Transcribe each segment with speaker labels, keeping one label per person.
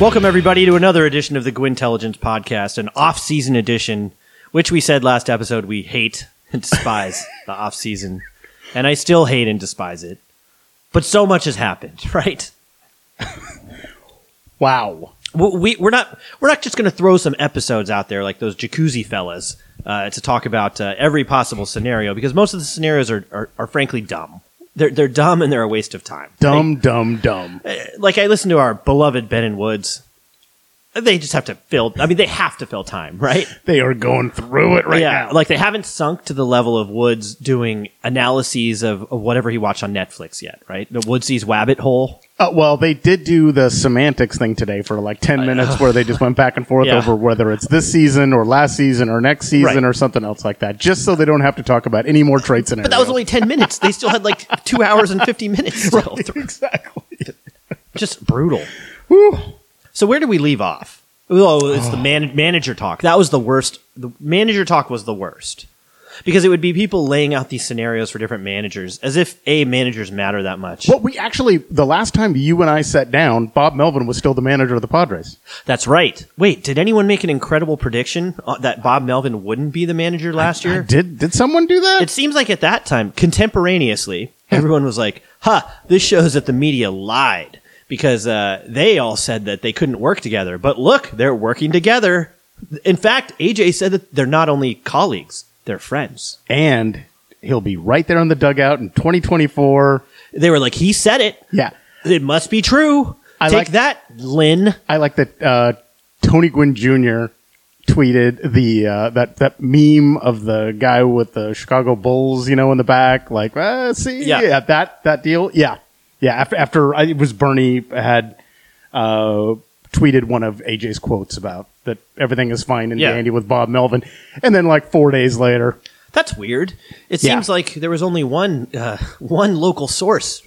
Speaker 1: Welcome, everybody, to another edition of the Gwintelligence Podcast, an off season edition, which we said last episode we hate and despise the off season. And I still hate and despise it. But so much has happened, right?
Speaker 2: Wow.
Speaker 1: we, we- we're not we're not just going to throw some episodes out there like those jacuzzi fellas uh, to talk about uh, every possible scenario because most of the scenarios are, are, are frankly dumb. They're they're dumb and they're a waste of time.
Speaker 2: Dumb, dumb, dumb.
Speaker 1: Like I listen to our beloved Ben and Woods. They just have to fill. I mean, they have to fill time, right?
Speaker 2: They are going through it right
Speaker 1: yeah,
Speaker 2: now.
Speaker 1: like they haven't sunk to the level of Woods doing analyses of, of whatever he watched on Netflix yet, right? The Woodsy's Wabbit Hole.
Speaker 2: Uh, well, they did do the semantics thing today for like 10 minutes where they just went back and forth
Speaker 1: Yeah.
Speaker 2: over whether it's this season or last season or next season
Speaker 1: Right.
Speaker 2: or something else like that, just so they don't have to talk about any more trade scenarios.
Speaker 1: But that was only ten minutes. They still had like two hours and fifty minutes. Still.
Speaker 2: exactly.
Speaker 1: Just brutal.
Speaker 2: Whew.
Speaker 1: So where do we leave off? Oh, it's the man- manager talk. That was the worst. The manager talk was the worst because it would be people laying out these scenarios for different managers, as if a managers matter that much.
Speaker 2: Well, we actually, the last time you and I sat down, Bob Melvin was still the manager of the Padres.
Speaker 1: That's right. Wait, did anyone make an incredible prediction uh, that Bob Melvin wouldn't be the manager last year?
Speaker 2: Did did someone do that?
Speaker 1: it seems like at that time, contemporaneously, everyone was like, "Huh, this shows that the media lied because uh, they all said that they couldn't work together." But look, they're working together. In fact, AJ said that they're not only colleagues; they're friends.
Speaker 2: and he'll be right there in the dugout in 2024.
Speaker 1: They were like, "He said it.
Speaker 2: Yeah.
Speaker 1: It must be true."
Speaker 2: I
Speaker 1: Take
Speaker 2: like-
Speaker 1: that, Lynn.
Speaker 2: I like that uh, Tony Gwynn Jr. tweeted the uh, that that meme of the guy with the Chicago Bulls, you know, in the back, like, uh, see,
Speaker 1: Yeah.
Speaker 2: yeah. that that deal, yeah, yeah. After after I, it was Bernie had uh, tweeted one of AJ's quotes about that everything is fine and
Speaker 1: Yeah.
Speaker 2: dandy with Bob Melvin, and then like four days later,
Speaker 1: That's weird. It
Speaker 2: Yeah.
Speaker 1: seems like there was only one uh, one local source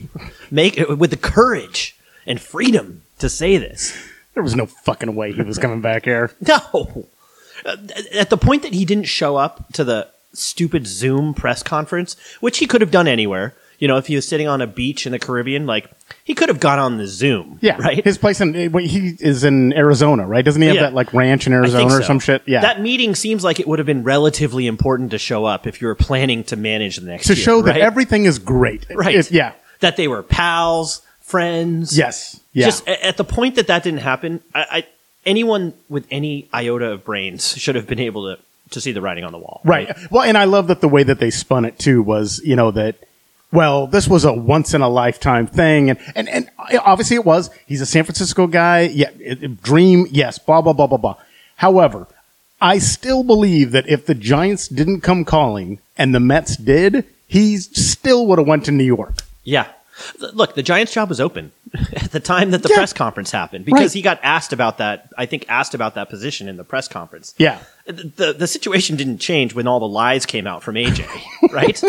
Speaker 1: make uh, with the courage and freedom to say this.
Speaker 2: there was no fucking way he was coming back here.
Speaker 1: No. Uh, At the point that he didn't show up to the stupid Zoom press conference, which he could have done anywhere, you know, if he was sitting on a beach in the Caribbean, like he could have gone on the Zoom.
Speaker 2: Yeah,
Speaker 1: Right?
Speaker 2: His place in wait, he is in Arizona, right? Doesn't he have
Speaker 1: Yeah.
Speaker 2: that like ranch in
Speaker 1: I think
Speaker 2: Arizona or
Speaker 1: so.
Speaker 2: some shit? Yeah,
Speaker 1: That meeting seems like it would have been relatively important to show up if you were planning to manage the next
Speaker 2: to
Speaker 1: year,
Speaker 2: show that
Speaker 1: right?
Speaker 2: everything is great.
Speaker 1: Right.
Speaker 2: It- yeah.
Speaker 1: that they were pals, friends.
Speaker 2: Yes. Yeah.
Speaker 1: Just a- at the point that that didn't happen, I, I anyone with any iota of brains should have been able to to see the writing on the wall.
Speaker 2: right. Well, and I love that the way that they spun it too was, you know, that well, this was a once in a lifetime thing, and and and eh, obviously it was. He's a San Francisco guy. Yeah. it- it- dream. Yes. Blah blah blah blah blah. However, I still believe that if the Giants didn't come calling and the Mets did, he still would have went to New York.
Speaker 1: Yeah. Th- Look, the Giants' job was open at the time that the
Speaker 2: Yeah.
Speaker 1: press conference happened because he
Speaker 2: Right.
Speaker 1: got asked about that. I think asked about that position in the press conference.
Speaker 2: Yeah.
Speaker 1: The, the the situation didn't change when all the lies came out from AJ, right?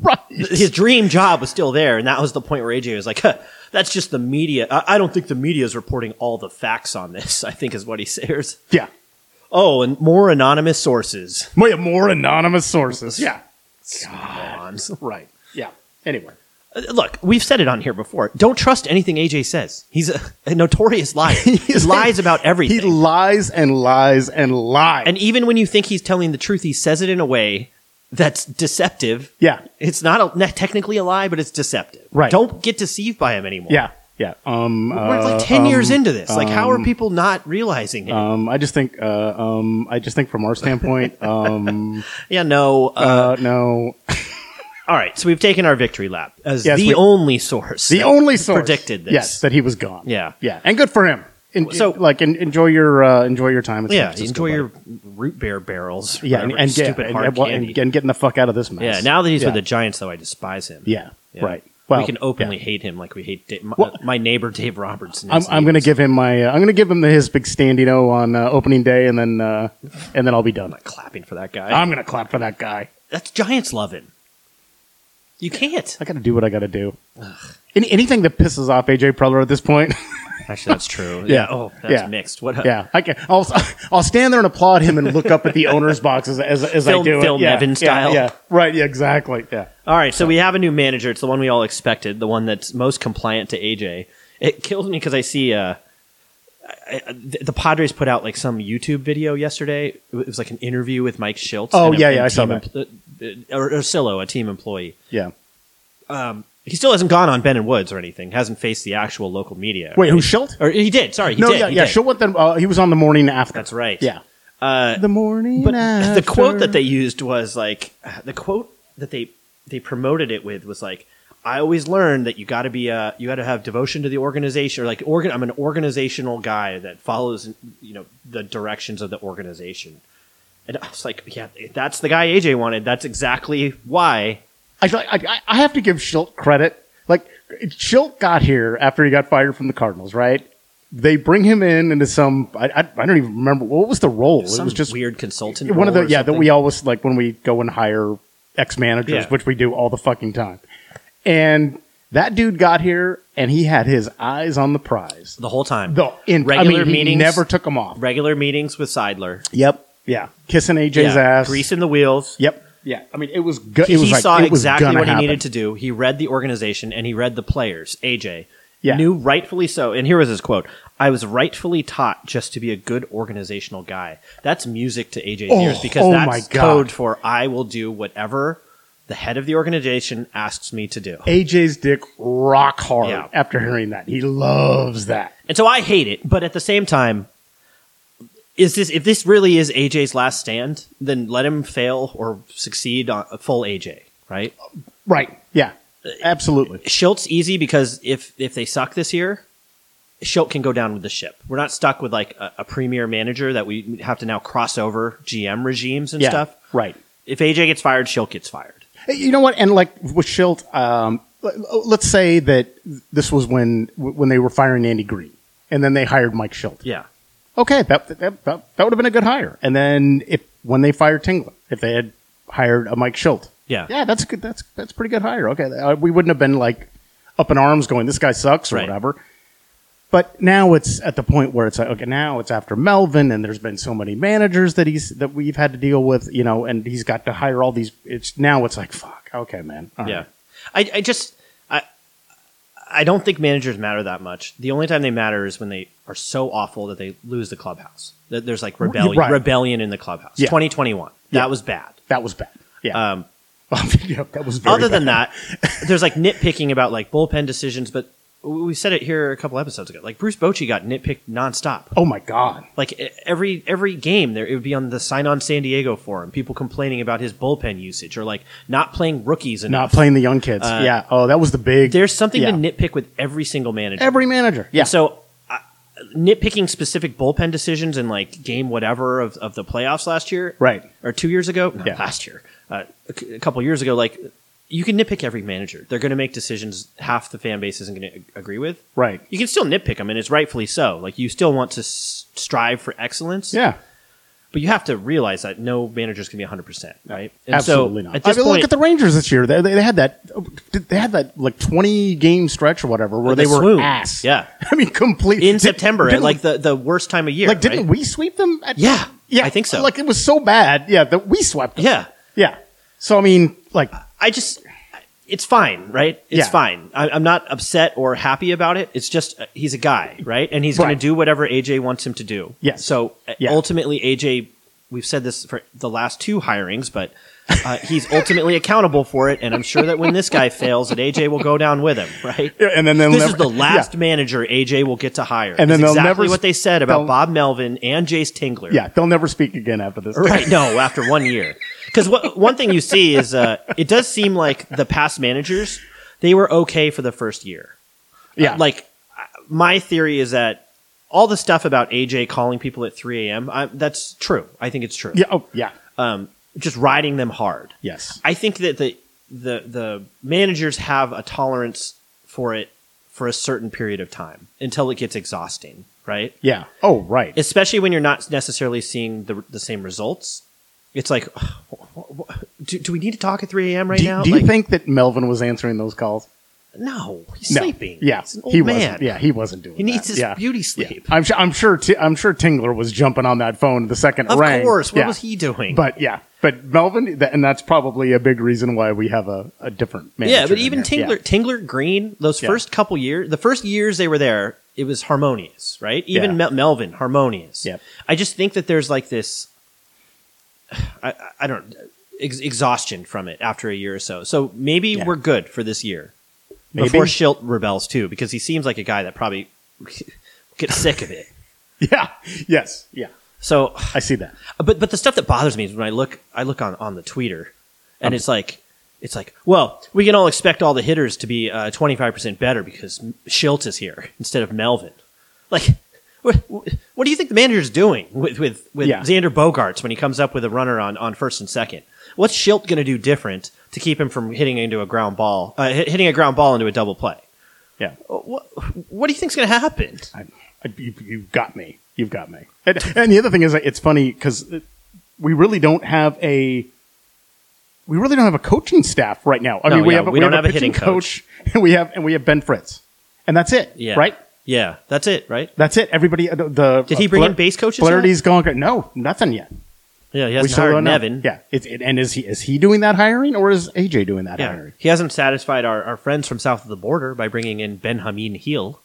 Speaker 2: Right.
Speaker 1: His dream job was still there, and that was the point where AJ was like, huh, "That's just the media. I, I don't think the media is reporting all the facts on this." I think is what he says.
Speaker 2: Yeah.
Speaker 1: Oh, and more anonymous sources.
Speaker 2: More, more anonymous sources. Yeah.
Speaker 1: Morons.
Speaker 2: Right. Yeah. Anyway.
Speaker 1: Uh, Look, we've said it on here before. Don't trust anything AJ says. He's a, a notorious liar. he lies about everything.
Speaker 2: He lies and lies and lies.
Speaker 1: And even when you think he's telling the truth, he says it in a way that's deceptive.
Speaker 2: yeah.
Speaker 1: It's not a, not technically a lie, but it's deceptive.
Speaker 2: Right.
Speaker 1: Don't get deceived by him anymore.
Speaker 2: Yeah. Yeah. Um,
Speaker 1: We're
Speaker 2: uh,
Speaker 1: like 10 years
Speaker 2: um,
Speaker 1: into this. Like, how are people not realizing it?
Speaker 2: Um, I just think, uh, um, I just think from our standpoint, um,
Speaker 1: yeah, no. Uh,
Speaker 2: uh, no,
Speaker 1: all right. So we've taken our victory lap as
Speaker 2: Yes,
Speaker 1: the
Speaker 2: we-
Speaker 1: only source.
Speaker 2: the
Speaker 1: that
Speaker 2: only source
Speaker 1: Predicted this.
Speaker 2: Yes, that he was gone.
Speaker 1: Yeah.
Speaker 2: Yeah. And good for him. En-
Speaker 1: So-
Speaker 2: like, en- enjoy your, uh, enjoy your time. in San
Speaker 1: Yeah.
Speaker 2: Francisco,
Speaker 1: Enjoy
Speaker 2: buddy.
Speaker 1: your root beer barrels.
Speaker 2: yeah, and,
Speaker 1: whatever,
Speaker 2: and, yeah,
Speaker 1: stupid
Speaker 2: and,
Speaker 1: hard
Speaker 2: and, well,
Speaker 1: candy.
Speaker 2: and, and getting the fuck out of this mess.
Speaker 1: yeah. Now that he's
Speaker 2: yeah.
Speaker 1: with the Giants, though, I despise him.
Speaker 2: yeah,
Speaker 1: Yeah.
Speaker 2: right. Well,
Speaker 1: we can openly
Speaker 2: yeah.
Speaker 1: hate him like we hate Da- my,
Speaker 2: Well-
Speaker 1: my neighbor Dave Robertson.
Speaker 2: I'm,
Speaker 1: is
Speaker 2: I'm
Speaker 1: the-
Speaker 2: gonna give him my uh, I'm gonna give him his big standino on uh, opening day and then uh, and then I'll be done.
Speaker 1: clapping for that guy.
Speaker 2: I'm gonna clap for that guy.
Speaker 1: That's Giants love him. You can't.
Speaker 2: I gotta do what I gotta do. Any, anything that pisses off AJ Preller at this point,
Speaker 1: Actually, that's true.
Speaker 2: Yeah.
Speaker 1: Oh, that's
Speaker 2: Yeah.
Speaker 1: mixed. What? A,
Speaker 2: yeah, I can. I'll I'll stand there and applaud him and look up at the owners' box as as, as
Speaker 1: Phil-
Speaker 2: I do
Speaker 1: Phil
Speaker 2: it. Yeah,
Speaker 1: Nevin
Speaker 2: yeah,
Speaker 1: style.
Speaker 2: Yeah, right. Yeah, exactly. Yeah.
Speaker 1: All right. So we have a new manager. It's the one we all expected. The one that's most compliant to AJ. It kills me because I see. Uh, I- I- th- the Padres put out like some YouTube video yesterday. It was like an interview with Mike Schiltz.
Speaker 2: Oh,
Speaker 1: and a-
Speaker 2: yeah,
Speaker 1: and
Speaker 2: yeah, I saw
Speaker 1: team
Speaker 2: that.
Speaker 1: empl- uh, uh, Or Ursillo, a team employee. Um,
Speaker 2: Yeah.
Speaker 1: He still hasn't gone on Ben and Woods or anything. Hasn't faced the actual local media.
Speaker 2: Wait, who's Schilt?
Speaker 1: Or he did. Sorry, he
Speaker 2: no,
Speaker 1: did.
Speaker 2: yeah,
Speaker 1: he
Speaker 2: yeah.
Speaker 1: did.
Speaker 2: Schilt went then. Uh, he was on the morning after.
Speaker 1: That's right.
Speaker 2: Yeah.
Speaker 1: Uh,
Speaker 2: The morning.
Speaker 1: but
Speaker 2: after.
Speaker 1: the quote that they used was like the quote that they they promoted it with was like I always learned that you got to be a you got to have devotion to the organization or like organ I'm an organizational guy that follows you know the directions of the organization. And I was like, yeah, that's the guy AJ wanted. That's exactly why.
Speaker 2: I, feel like- I, I have to give Schilt credit. Like, Schilt got here after he got fired from the Cardinals, right? They bring him in into some, I, I, I don't even remember, what was the role?
Speaker 1: Some
Speaker 2: it was just
Speaker 1: weird consultant.
Speaker 2: one of the,
Speaker 1: role or
Speaker 2: yeah, that
Speaker 1: something.
Speaker 2: we always, like, when we go and hire ex managers,
Speaker 1: Yeah.
Speaker 2: which we do all the fucking time. And that dude got here and he had his eyes on the prize.
Speaker 1: the whole time.
Speaker 2: The, in,
Speaker 1: Regular
Speaker 2: I mean, he
Speaker 1: meetings.
Speaker 2: never took them off.
Speaker 1: regular meetings with Seidler.
Speaker 2: Yep. Yeah. Kissing AJ's
Speaker 1: Yeah,
Speaker 2: ass.
Speaker 1: greasing the wheels.
Speaker 2: Yep. Yeah. I mean, it was good.
Speaker 1: he,
Speaker 2: It was
Speaker 1: he
Speaker 2: like,
Speaker 1: saw
Speaker 2: it was
Speaker 1: exactly
Speaker 2: gonna
Speaker 1: what he
Speaker 2: happen.
Speaker 1: needed to do. He read the organization and he read the players. AJ
Speaker 2: Yeah.
Speaker 1: knew rightfully so. And here was his quote: "I was rightfully taught just to be a good organizational guy." That's music to AJ's
Speaker 2: Oh,
Speaker 1: ears because
Speaker 2: oh my
Speaker 1: that's
Speaker 2: God.
Speaker 1: code for "I will do whatever the head of the organization asks me to do."
Speaker 2: AJ's dick rock hard
Speaker 1: Yeah.
Speaker 2: after hearing that. He loves that.
Speaker 1: And so I hate it, but at the same time, is this if this really is AJ's last stand? Then let him fail or succeed on full AJ, right?
Speaker 2: Right. Yeah. Absolutely.
Speaker 1: Schilt's easy because if if they suck this year, Schilt can go down with the ship. We're not stuck with like a, a premier manager that we have to now cross over GM regimes and
Speaker 2: Yeah.
Speaker 1: stuff.
Speaker 2: Right.
Speaker 1: If AJ gets fired, Schilt gets fired.
Speaker 2: Hey, You know what? And like with Schilt, um, l- let's say that this was when when they were firing Andy Green, and then they hired Mike Schilt.
Speaker 1: Yeah,
Speaker 2: Okay, that that, that, that would have been a good hire. And then if when they fired Tingler, if they had hired a Mike Schilt,
Speaker 1: yeah,
Speaker 2: yeah, that's a good. That's that's a pretty good hire. Okay, uh, we wouldn't have been like up in arms going, "This guy sucks" or
Speaker 1: Right.
Speaker 2: whatever. But now it's at the point where it's like, okay, now it's after Melvin, and there's been so many managers that he's that we've had to deal with, you know, and he's got to hire all these. It's now it's like, fuck, okay, man, all
Speaker 1: yeah. I,
Speaker 2: right.
Speaker 1: I just I I don't think managers matter that much. The only time they matter is when they are so awful that they lose the clubhouse. That there's like rebellion
Speaker 2: Right.
Speaker 1: rebellion in the clubhouse.
Speaker 2: Yeah.
Speaker 1: 2021 that was bad.
Speaker 2: that was bad. Yeah,
Speaker 1: Um,
Speaker 2: yeah that was very
Speaker 1: other than
Speaker 2: bad.
Speaker 1: that, there's like nitpicking about like bullpen decisions, but we we said it here a couple episodes ago. Like Bruce Bochy got nitpicked nonstop.
Speaker 2: Oh my god,
Speaker 1: Like e- every every game, there it would be on the Sign On San Diego forum, people complaining about his bullpen usage or like not playing rookies enough.
Speaker 2: not playing the young kids. yeah. Oh, that was the big.
Speaker 1: Uh, There's something
Speaker 2: yeah.
Speaker 1: to nitpick with every single manager.
Speaker 2: Every manager. Yeah.
Speaker 1: So I nitpicking specific bullpen decisions and like game whatever of, of the playoffs last year,
Speaker 2: Right.
Speaker 1: or two years ago, no,
Speaker 2: Yeah.
Speaker 1: last year, uh, a c- a couple years ago, like you can nitpick every manager. They're going to make decisions half the fan base isn't going to agree with.
Speaker 2: Right.
Speaker 1: You can still nitpick them, and it's rightfully so. Like you still want to s- strive for excellence.
Speaker 2: yeah.
Speaker 1: But you have to realize that no manager's going to be 100, percent right? And
Speaker 2: Absolutely
Speaker 1: so
Speaker 2: not.
Speaker 1: At this
Speaker 2: I mean,
Speaker 1: point,
Speaker 2: look at the Rangers this year. They, they, they had that. They had that like twenty game stretch or whatever where
Speaker 1: The
Speaker 2: they were
Speaker 1: swoon.
Speaker 2: ass.
Speaker 1: Yeah.
Speaker 2: I mean, complete
Speaker 1: in
Speaker 2: Did-
Speaker 1: September, at
Speaker 2: didn't-
Speaker 1: like the, the worst time of year,
Speaker 2: like didn't
Speaker 1: right?
Speaker 2: we sweep them? At,
Speaker 1: Yeah,
Speaker 2: yeah,
Speaker 1: I think so.
Speaker 2: Like it was so bad. Yeah, that we swept. Them.
Speaker 1: yeah.
Speaker 2: yeah. So I mean, like,
Speaker 1: I just, it's fine, right? It's
Speaker 2: Yeah.
Speaker 1: fine. I, I'm not upset or happy about it. It's just uh, he's a guy, right? And he's going
Speaker 2: Right.
Speaker 1: to do whatever AJ wants him to do.
Speaker 2: Yes.
Speaker 1: So uh,
Speaker 2: Yeah.
Speaker 1: ultimately, AJ, we've said this for the last two hirings, but uh, he's ultimately accountable for it. And I'm sure that when this guy fails, that AJ will go down with him, right?
Speaker 2: Yeah, and then they'll
Speaker 1: this
Speaker 2: never-
Speaker 1: is the last
Speaker 2: yeah.
Speaker 1: manager AJ will get to hire.
Speaker 2: And
Speaker 1: It's
Speaker 2: then they'll
Speaker 1: exactly
Speaker 2: never-
Speaker 1: what they said
Speaker 2: they'll-
Speaker 1: about Bob Melvin and Jace Tingler.
Speaker 2: yeah, they'll never speak again after this.
Speaker 1: Right. No, after one year. Because what one thing you see is uh, it does seem like the past managers they were okay for the first year.
Speaker 2: Yeah.
Speaker 1: Like uh, my theory is that all the stuff about AJ calling people at 3 a.m. I, that's true. I think it's true.
Speaker 2: yeah. Oh yeah.
Speaker 1: Um, just riding them hard.
Speaker 2: Yes.
Speaker 1: I think that the the the managers have a tolerance for it for a certain period of time until it gets exhausting. Right
Speaker 2: Yeah. Oh right.
Speaker 1: especially when you're not necessarily seeing the, the same results. It's like, wh- wh- do, do we need to talk at 3 a.m. right
Speaker 2: do,
Speaker 1: now?
Speaker 2: do you
Speaker 1: Like,
Speaker 2: think that Melvin was answering those calls?
Speaker 1: No, he's
Speaker 2: No.
Speaker 1: sleeping.
Speaker 2: Yeah,
Speaker 1: he's an old
Speaker 2: he
Speaker 1: man.
Speaker 2: wasn't. Yeah, he wasn't doing.
Speaker 1: He needs
Speaker 2: that.
Speaker 1: his
Speaker 2: Yeah.
Speaker 1: beauty
Speaker 2: Yeah.
Speaker 1: sleep.
Speaker 2: I'm sure. I'm sure. T- I'm sure Tingler was jumping on that phone the second it
Speaker 1: Of
Speaker 2: Uh, rang.
Speaker 1: course. What
Speaker 2: Yeah.
Speaker 1: was he doing?
Speaker 2: But yeah, but Melvin, th- and that's probably a big reason why we have a, a different manager.
Speaker 1: yeah, but
Speaker 2: in
Speaker 1: even
Speaker 2: here.
Speaker 1: Tingler, Tingler Green, those
Speaker 2: Yeah.
Speaker 1: first couple years, the first years they were there, it was harmonious, right? Even
Speaker 2: Yeah.
Speaker 1: Mel- Melvin harmonious.
Speaker 2: Yep.
Speaker 1: I just think that there's like this. I- I, I don't ex- exhaustion from it after a year or so. So maybe
Speaker 2: Yeah.
Speaker 1: we're good for this year
Speaker 2: Maybe.
Speaker 1: before Schilt rebels too, because he seems like a guy that probably gets sick of it.
Speaker 2: Yeah. Yes. Yeah.
Speaker 1: So
Speaker 2: I see that.
Speaker 1: but but the stuff that bothers me is when I look I look on on the tweeter, and it's like it's like well we can all expect all the hitters to be twenty five percent better because Schilt is here instead of Melvin. Like what what do you think the manager's doing with with with
Speaker 2: Yeah.
Speaker 1: Xander Bogarts when he comes up with a runner on on first and second? What's Schilt going to do different to keep him from hitting into a ground ball uh, hit- hitting a ground ball into a double play?
Speaker 2: Yeah.
Speaker 1: What Uh, what do you think's going to happen?
Speaker 2: I, I, you, you've got me. You've got me. And, and the other thing is, like, it's funny because we really don't have a we really don't have a coaching staff right now. I
Speaker 1: No,
Speaker 2: mean, we
Speaker 1: yeah,
Speaker 2: have a,
Speaker 1: we don't have a
Speaker 2: pitching
Speaker 1: hitting coach.
Speaker 2: and we have and we have Ben Fritz, and that's it.
Speaker 1: Yeah.
Speaker 2: Right.
Speaker 1: Yeah, that's it, right?
Speaker 2: That's it. Everybody. uh, The
Speaker 1: Did he bring in base coaches
Speaker 2: Flaherty's gone. No, nothing yet.
Speaker 1: Yeah, he
Speaker 2: We
Speaker 1: hasn't
Speaker 2: still
Speaker 1: hired
Speaker 2: don't know.
Speaker 1: Nevin.
Speaker 2: Yeah. It, it, and is he is he doing that hiring or is AJ doing that
Speaker 1: Yeah,
Speaker 2: hiring?
Speaker 1: he hasn't satisfied our, our friends from south of the border by bringing in Benjamin Hill.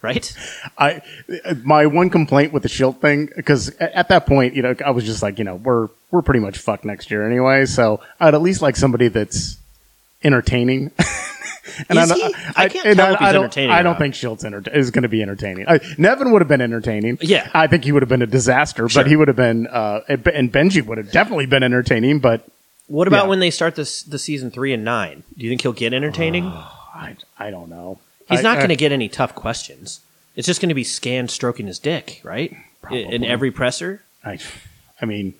Speaker 1: Right?
Speaker 2: I my one complaint with the shield thing because at that point, you know, I was just like, you know, we're we're pretty much fucked next year anyway. So I'd at least like somebody that's entertaining.
Speaker 1: Is
Speaker 2: don't-
Speaker 1: he? I can't tell if he's
Speaker 2: don't,
Speaker 1: entertaining
Speaker 2: I
Speaker 1: or
Speaker 2: don't
Speaker 1: not.
Speaker 2: think Schultz enter- is going to be entertaining. I, Nevin would have been entertaining.
Speaker 1: Yeah.
Speaker 2: I think he would have been a disaster,
Speaker 1: Sure.
Speaker 2: but he would have been. Uh, and Ben- and Benji would have definitely been entertaining, but
Speaker 1: What about
Speaker 2: Yeah.
Speaker 1: when they start this the season three and nine? Do you think he'll get entertaining?
Speaker 2: I, I don't know.
Speaker 1: He's
Speaker 2: Uh, I-
Speaker 1: not
Speaker 2: I-
Speaker 1: going to get any tough questions. It's just going to be scanned stroking his dick, right? I- In
Speaker 2: Probably.
Speaker 1: every presser.
Speaker 2: I, I mean,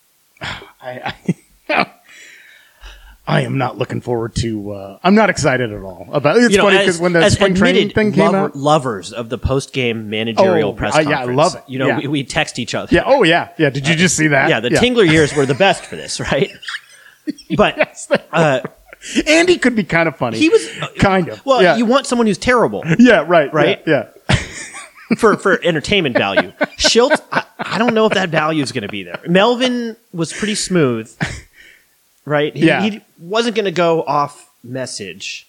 Speaker 2: I, I, I am not looking forward to. Uh, I'm not excited at all about. It's
Speaker 1: you know,
Speaker 2: funny
Speaker 1: as-
Speaker 2: because when the
Speaker 1: as
Speaker 2: spring training
Speaker 1: admitted
Speaker 2: thing came
Speaker 1: lover-
Speaker 2: out.
Speaker 1: lovers of the post game managerial
Speaker 2: Oh,
Speaker 1: press
Speaker 2: I-
Speaker 1: conference.
Speaker 2: yeah, I love it.
Speaker 1: You know,
Speaker 2: Yeah.
Speaker 1: we, we text each other.
Speaker 2: Yeah. Oh yeah. Yeah. Did you just see that?
Speaker 1: Yeah, the Tingler years were the best for this, right? But uh,
Speaker 2: Andy could be kind of funny.
Speaker 1: he was uh,
Speaker 2: kind of.
Speaker 1: Well,
Speaker 2: yeah.
Speaker 1: you want someone who's terrible
Speaker 2: yeah. Right.
Speaker 1: Right?
Speaker 2: Yeah. yeah.
Speaker 1: for for entertainment value. Schilt, I, I don't know if that value is going to be there. Melvin was pretty smooth, right? He,
Speaker 2: Yeah.
Speaker 1: he wasn't going to go off message,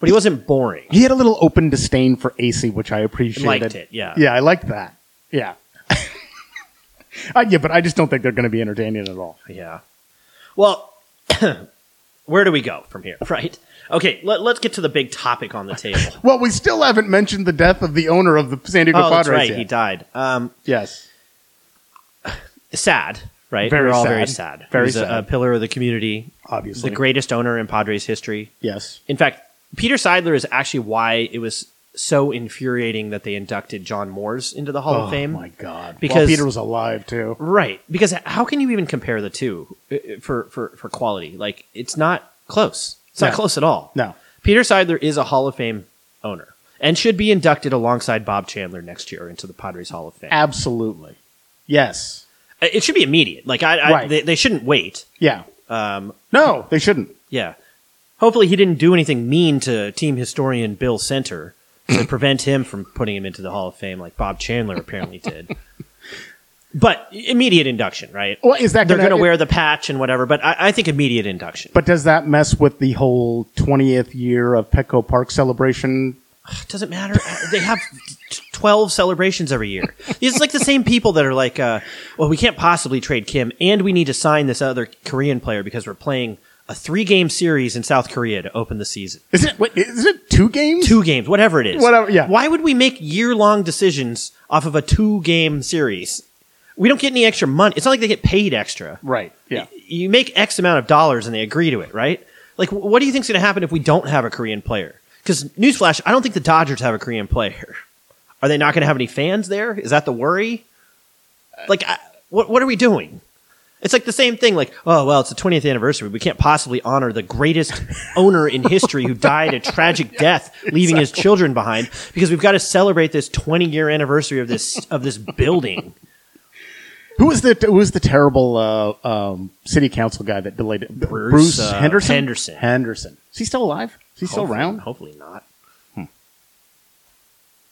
Speaker 1: but he wasn't boring.
Speaker 2: He had a little open disdain for AC, which I
Speaker 1: I
Speaker 2: appreciated.
Speaker 1: liked it, yeah.
Speaker 2: Yeah, I liked that. Yeah. I, yeah, but I just don't think they're going to be entertaining at all.
Speaker 1: Yeah. Well, where do we go from here, right? Okay, let, let's get to the big topic on the table.
Speaker 2: Well, we still haven't mentioned the death of the owner of the San Diego
Speaker 1: oh, that's
Speaker 2: Padres.
Speaker 1: right.
Speaker 2: yet.
Speaker 1: He died. Um,
Speaker 2: Yes.
Speaker 1: sad, right?
Speaker 2: Very
Speaker 1: We're all
Speaker 2: sad.
Speaker 1: very sad.
Speaker 2: Very
Speaker 1: He's a- A,
Speaker 2: sad.
Speaker 1: pillar of the community,
Speaker 2: Obviously.
Speaker 1: the greatest owner in Padres history.
Speaker 2: Yes.
Speaker 1: In fact, Peter Seidler is actually why it was so infuriating that they inducted John Moores into the Hall of Fame.
Speaker 2: Oh my God.
Speaker 1: Because-
Speaker 2: While Peter was alive too.
Speaker 1: Right, because how can you even compare the two uh, uh, for for for quality? Like it's not close. It's not
Speaker 2: No.
Speaker 1: close at all.
Speaker 2: No.
Speaker 1: Peter Seidler is a Hall of Fame owner and should be inducted alongside Bob Chandler next year into the Padres Hall of Fame. Uh,
Speaker 2: Absolutely. Yes.
Speaker 1: It should be immediate. Like I, I
Speaker 2: Right.
Speaker 1: they, they shouldn't wait.
Speaker 2: Yeah.
Speaker 1: Um,
Speaker 2: No, they shouldn't.
Speaker 1: Yeah. Hopefully he didn't do anything mean to team historian Bill Center to prevent him from putting him into the Hall of Fame like Bob Chandler apparently did. But immediate induction, right?
Speaker 2: Well, is that
Speaker 1: They're
Speaker 2: gonna-
Speaker 1: going to wear the patch and whatever, but I, I think immediate induction.
Speaker 2: But does that mess with the whole 20th year of Petco Park celebration?
Speaker 1: It doesn't matter. They have t- 12 celebrations every year. It's like the same people that are like, uh, well, we can't possibly trade Kim, and we need to sign this other Korean player because we're playing a three game series in South Korea to open the season.
Speaker 2: Is it wait, is it two games?
Speaker 1: two games, whatever it is.
Speaker 2: Whatever, yeah.
Speaker 1: Why would we make year long decisions off of a two game series? We don't get any extra money. It's not like they get paid extra.
Speaker 2: Right. Yeah.
Speaker 1: You make X amount of dollars and they agree to it, right? Like, wh- what do you think's going to happen if we don't have a Korean player? Because newsflash, I don't think the Dodgers have a Korean player. Are they not going to have any fans there? Is that the worry? Like, I, what what are we doing? It's like the same thing. Like, oh well, it's the 20th anniversary. We can't possibly honor the greatest owner in history who died a tragic death, leaving his children behind, because we've got to celebrate this 20 year anniversary of this of this building.
Speaker 2: Who was the who was the terrible uh, um, city council guy that delayed it?
Speaker 1: Bruce,
Speaker 2: Bruce
Speaker 1: uh,
Speaker 2: Henderson?
Speaker 1: Henderson.
Speaker 2: Henderson. Is he still alive? Is he still
Speaker 1: Hopefully-
Speaker 2: around?
Speaker 1: Hopefully not.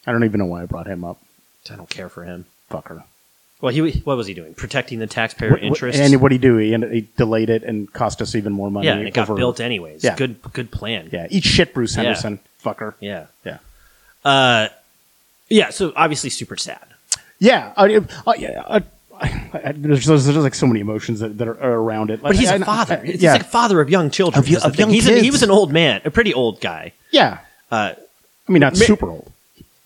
Speaker 2: I don't even know why I brought him up.
Speaker 1: I don't care for him.
Speaker 2: Fucker.
Speaker 1: Well, he what was he doing? Protecting the taxpayer interests.
Speaker 2: And what did he do? He, ended- he delayed it and cost us even more money.
Speaker 1: yeah, and it got
Speaker 2: over-
Speaker 1: built anyways.
Speaker 2: Yeah.
Speaker 1: Good good plan.
Speaker 2: Yeah, eat shit, Bruce
Speaker 1: Yeah.
Speaker 2: Henderson, fucker.
Speaker 1: Yeah.
Speaker 2: Yeah.
Speaker 1: Uh, yeah, so obviously super sad.
Speaker 2: Yeah, I, I, yeah. I, I, I, there's, there's, there's, like so many emotions that, that are, are around it. Like,
Speaker 1: But he's
Speaker 2: I-
Speaker 1: a
Speaker 2: I-
Speaker 1: father. He's
Speaker 2: uh, yeah,
Speaker 1: like a father of young children.
Speaker 2: Of y-
Speaker 1: is the
Speaker 2: of
Speaker 1: thing.
Speaker 2: young
Speaker 1: He's an- he
Speaker 2: kids.
Speaker 1: was an old man, a pretty old guy.
Speaker 2: yeah.
Speaker 1: Uh,
Speaker 2: I mean, not
Speaker 1: Ma-
Speaker 2: super old.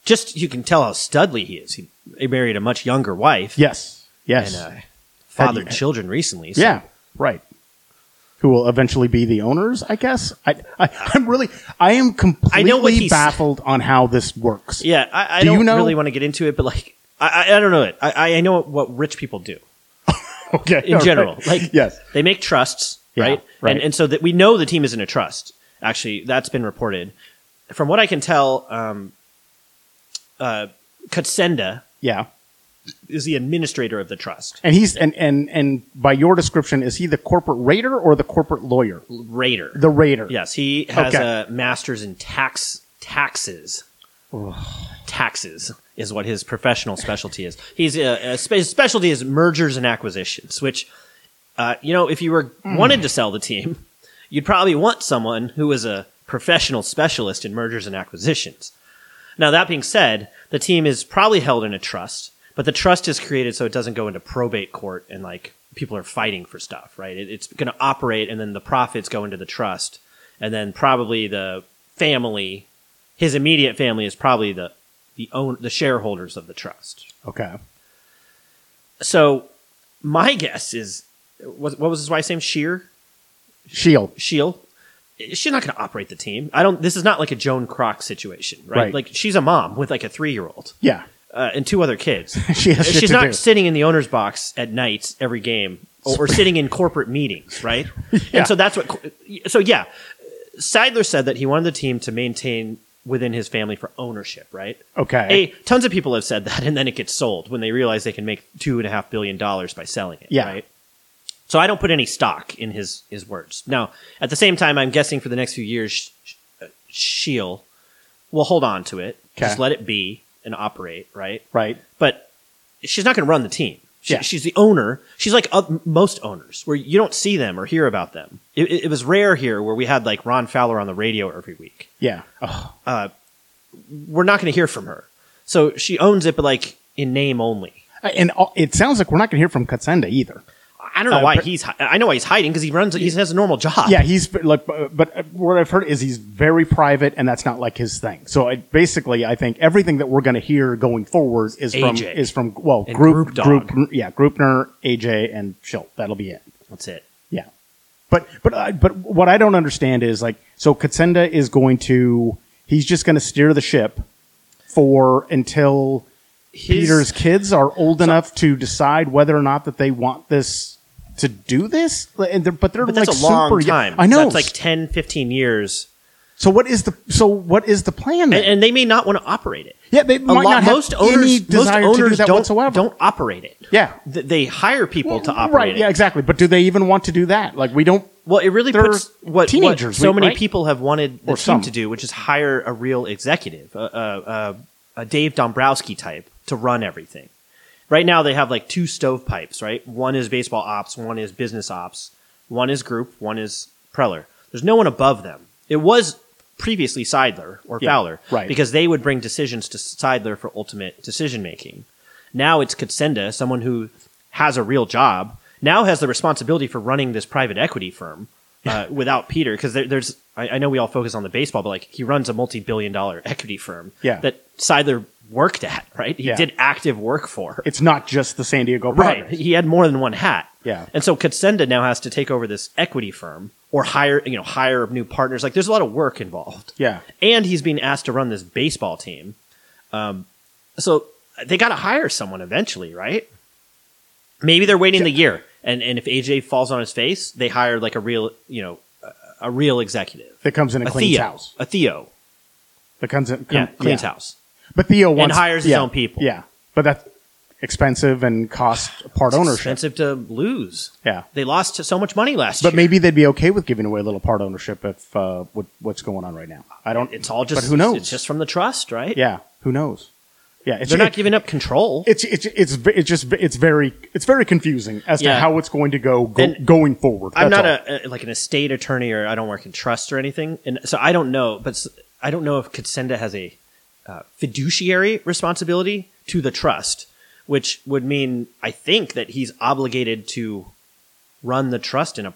Speaker 1: just you can tell how studly he is. He, he married a much younger wife.
Speaker 2: Yes, yes,
Speaker 1: and uh, fathered
Speaker 2: Had-
Speaker 1: children recently. so-
Speaker 2: yeah, right. Who will eventually be the owners? I guess. I, I I'm really I am completely
Speaker 1: what he's-
Speaker 2: baffled on how this works.
Speaker 1: yeah. I, I
Speaker 2: Do you
Speaker 1: don't
Speaker 2: know-
Speaker 1: really want to get into it, but like, I, I, I don't know it. I- I, I know what rich people do
Speaker 2: Okay.
Speaker 1: in
Speaker 2: all
Speaker 1: general.
Speaker 2: right.
Speaker 1: Like,
Speaker 2: yes.
Speaker 1: they make trusts,
Speaker 2: Yeah,
Speaker 1: right?
Speaker 2: right.
Speaker 1: And and so that we know the team isn't a trust. Actually, that's been reported. From what I can tell, um, uh, Katsenda
Speaker 2: Yeah.
Speaker 1: is the administrator of the trust,
Speaker 2: And he's and and and by your description, is he the corporate raider or the corporate lawyer?
Speaker 1: Raider.
Speaker 2: The raider.
Speaker 1: Yes, he has
Speaker 2: Okay.
Speaker 1: a master's in tax taxes. taxes is what his professional specialty is. He's uh, uh, spe- his specialty is mergers and acquisitions, which uh, you know, if you were wanted to sell the team, you'd probably want someone who is a professional specialist in mergers and acquisitions. Now, that being said, the team is probably held in a trust, but the trust is created so it doesn't go into probate court and like people are fighting for stuff, right? It, it's going to operate and then the profits go into the trust. And then probably the family, his immediate family is probably the, the own, the shareholders of the trust.
Speaker 2: Okay.
Speaker 1: So my guess is, what, what was his wife's name? Sheer?
Speaker 2: Shield.
Speaker 1: Sheil, she's not going to operate the team. I don't. This is not like a Joan Croc situation, right?
Speaker 2: Right.
Speaker 1: Like she's a mom with like a three year old
Speaker 2: Yeah.
Speaker 1: uh, and two other kids.
Speaker 2: She has shit
Speaker 1: she's
Speaker 2: to
Speaker 1: not
Speaker 2: do.
Speaker 1: sitting in the owner's box at nights every game or, or sitting in corporate meetings, right?
Speaker 2: Yeah.
Speaker 1: And so that's what. co- So yeah, Seidler said that he wanted the team to maintain within his family for ownership, right?
Speaker 2: Okay.
Speaker 1: A, tons of people have said that, and then it gets sold when they realize they can make two and a half billion dollars by selling it.
Speaker 2: Yeah.
Speaker 1: Right. So I don't put any stock in his his words. Now, at the same time, I'm guessing for the next few years, Sh- Sh- uh, Sheil will hold on to it, just
Speaker 2: Okay.
Speaker 1: let it be and operate. Right.
Speaker 2: right.
Speaker 1: But she's not going to run the team. She,
Speaker 2: Yeah.
Speaker 1: She's the owner. She's like uh, most owners, where you don't see them or hear about them. It, it, it was rare here where we had like Ron Fowler on the radio every week
Speaker 2: Yeah. Oh,
Speaker 1: we're not going to hear from her. So she owns it, but like in name only.
Speaker 2: Uh, and all, it sounds like we're not going to hear from Katsenda either.
Speaker 1: I don't know
Speaker 2: Uh,
Speaker 1: why
Speaker 2: per-
Speaker 1: he's. Hi- I know why he's hiding because he runs. He has a normal job.
Speaker 2: Yeah, he's like, but but what I've heard is he's very private, and that's not like his thing. So I, basically, I think everything that we're going to hear going forward is from
Speaker 1: AJ.
Speaker 2: is from well,
Speaker 1: And
Speaker 2: group
Speaker 1: Group Dog.
Speaker 2: group yeah, Groupner, AJ, and Schill. That'll be it.
Speaker 1: that's it.
Speaker 2: Yeah, but but I but what I don't understand is like, so Katsenda is going to he's just going to steer the ship for until
Speaker 1: His-
Speaker 2: Peter's kids are old enough to decide whether or not that they want this to do this. And they're, but they're
Speaker 1: But
Speaker 2: like
Speaker 1: that's a long
Speaker 2: super young.
Speaker 1: time.
Speaker 2: I know.
Speaker 1: That's like 10, 15 years,
Speaker 2: so what is the so what is the plan? Then?
Speaker 1: and, and they may not want to operate it.
Speaker 2: yeah, they
Speaker 1: A
Speaker 2: might
Speaker 1: lot-
Speaker 2: not have
Speaker 1: most owners,
Speaker 2: any
Speaker 1: most
Speaker 2: desire
Speaker 1: owners
Speaker 2: to do that
Speaker 1: not
Speaker 2: whatsoever.
Speaker 1: don't operate it.
Speaker 2: Yeah.
Speaker 1: Th- they hire people to operate
Speaker 2: right?
Speaker 1: it.
Speaker 2: Yeah, exactly. But do they even want to do that? Like we don't.
Speaker 1: Well, it really
Speaker 2: They're
Speaker 1: puts what, what
Speaker 2: teenagers,
Speaker 1: so
Speaker 2: we-
Speaker 1: many
Speaker 2: right?
Speaker 1: people have wanted the
Speaker 2: Or
Speaker 1: team
Speaker 2: some.
Speaker 1: to do, which is hire a real executive, a, a, a, a Dave Dombrowski type, to run everything. Right now, they have like two stovepipes, right? One is baseball ops, one is business ops, one is group, one is Preller. There's no one above them. It was previously Seidler or
Speaker 2: Yeah,
Speaker 1: Fowler,
Speaker 2: right.
Speaker 1: Because they would bring decisions to Seidler for ultimate decision making. Now it's Katsenda, someone who has a real job, now has the responsibility for running this private equity firm uh, without Peter. Because there, there's, I, I know we all focus on the baseball, but like he runs a multi billion dollar equity firm
Speaker 2: Yeah.
Speaker 1: that Seidler worked at, right? He
Speaker 2: Yeah.
Speaker 1: did active work for.
Speaker 2: It's not just the San Diego
Speaker 1: Right.
Speaker 2: Padres.
Speaker 1: He had more than one hat.
Speaker 2: Yeah.
Speaker 1: And so Katsenda now has to take over this equity firm or hire, you know, hire new partners. Like there's a lot of work involved.
Speaker 2: Yeah.
Speaker 1: And he's being asked to run this baseball team. Um, so they got to hire someone eventually, right? Maybe they're waiting the year. And, and if AJ falls on his face, they hire like a real, you know, a, a real executive.
Speaker 2: That comes in and
Speaker 1: A
Speaker 2: cleans
Speaker 1: Theo.
Speaker 2: house.
Speaker 1: A Theo.
Speaker 2: That comes in.
Speaker 1: Yeah.
Speaker 2: come-
Speaker 1: Cleans
Speaker 2: yeah.
Speaker 1: house.
Speaker 2: But Theo wants
Speaker 1: hires his
Speaker 2: yeah,
Speaker 1: own people.
Speaker 2: Yeah, but that's expensive and cost part ownership.
Speaker 1: Expensive to lose.
Speaker 2: Yeah.
Speaker 1: They lost so much money last year.
Speaker 2: But maybe they'd be okay with giving away a little part ownership if uh, what, what's going on right now. I don't.
Speaker 1: it's all just
Speaker 2: But who knows?
Speaker 1: It's just from the trust, right?
Speaker 2: yeah. Who knows? Yeah, it's,
Speaker 1: They're not
Speaker 2: it-
Speaker 1: giving up control.
Speaker 2: it's it's it's ve- it's just it's very it's very confusing as to
Speaker 1: Yeah.
Speaker 2: how it's going to go, go
Speaker 1: And
Speaker 2: going forward.
Speaker 1: I'm
Speaker 2: That's
Speaker 1: not
Speaker 2: all.
Speaker 1: a, a like an estate attorney, or I don't work in trust or anything, and so I don't know. But s- I don't know if Katsenda has a uh, fiduciary responsibility to the trust, which would mean, I think, that he's obligated to run the trust in a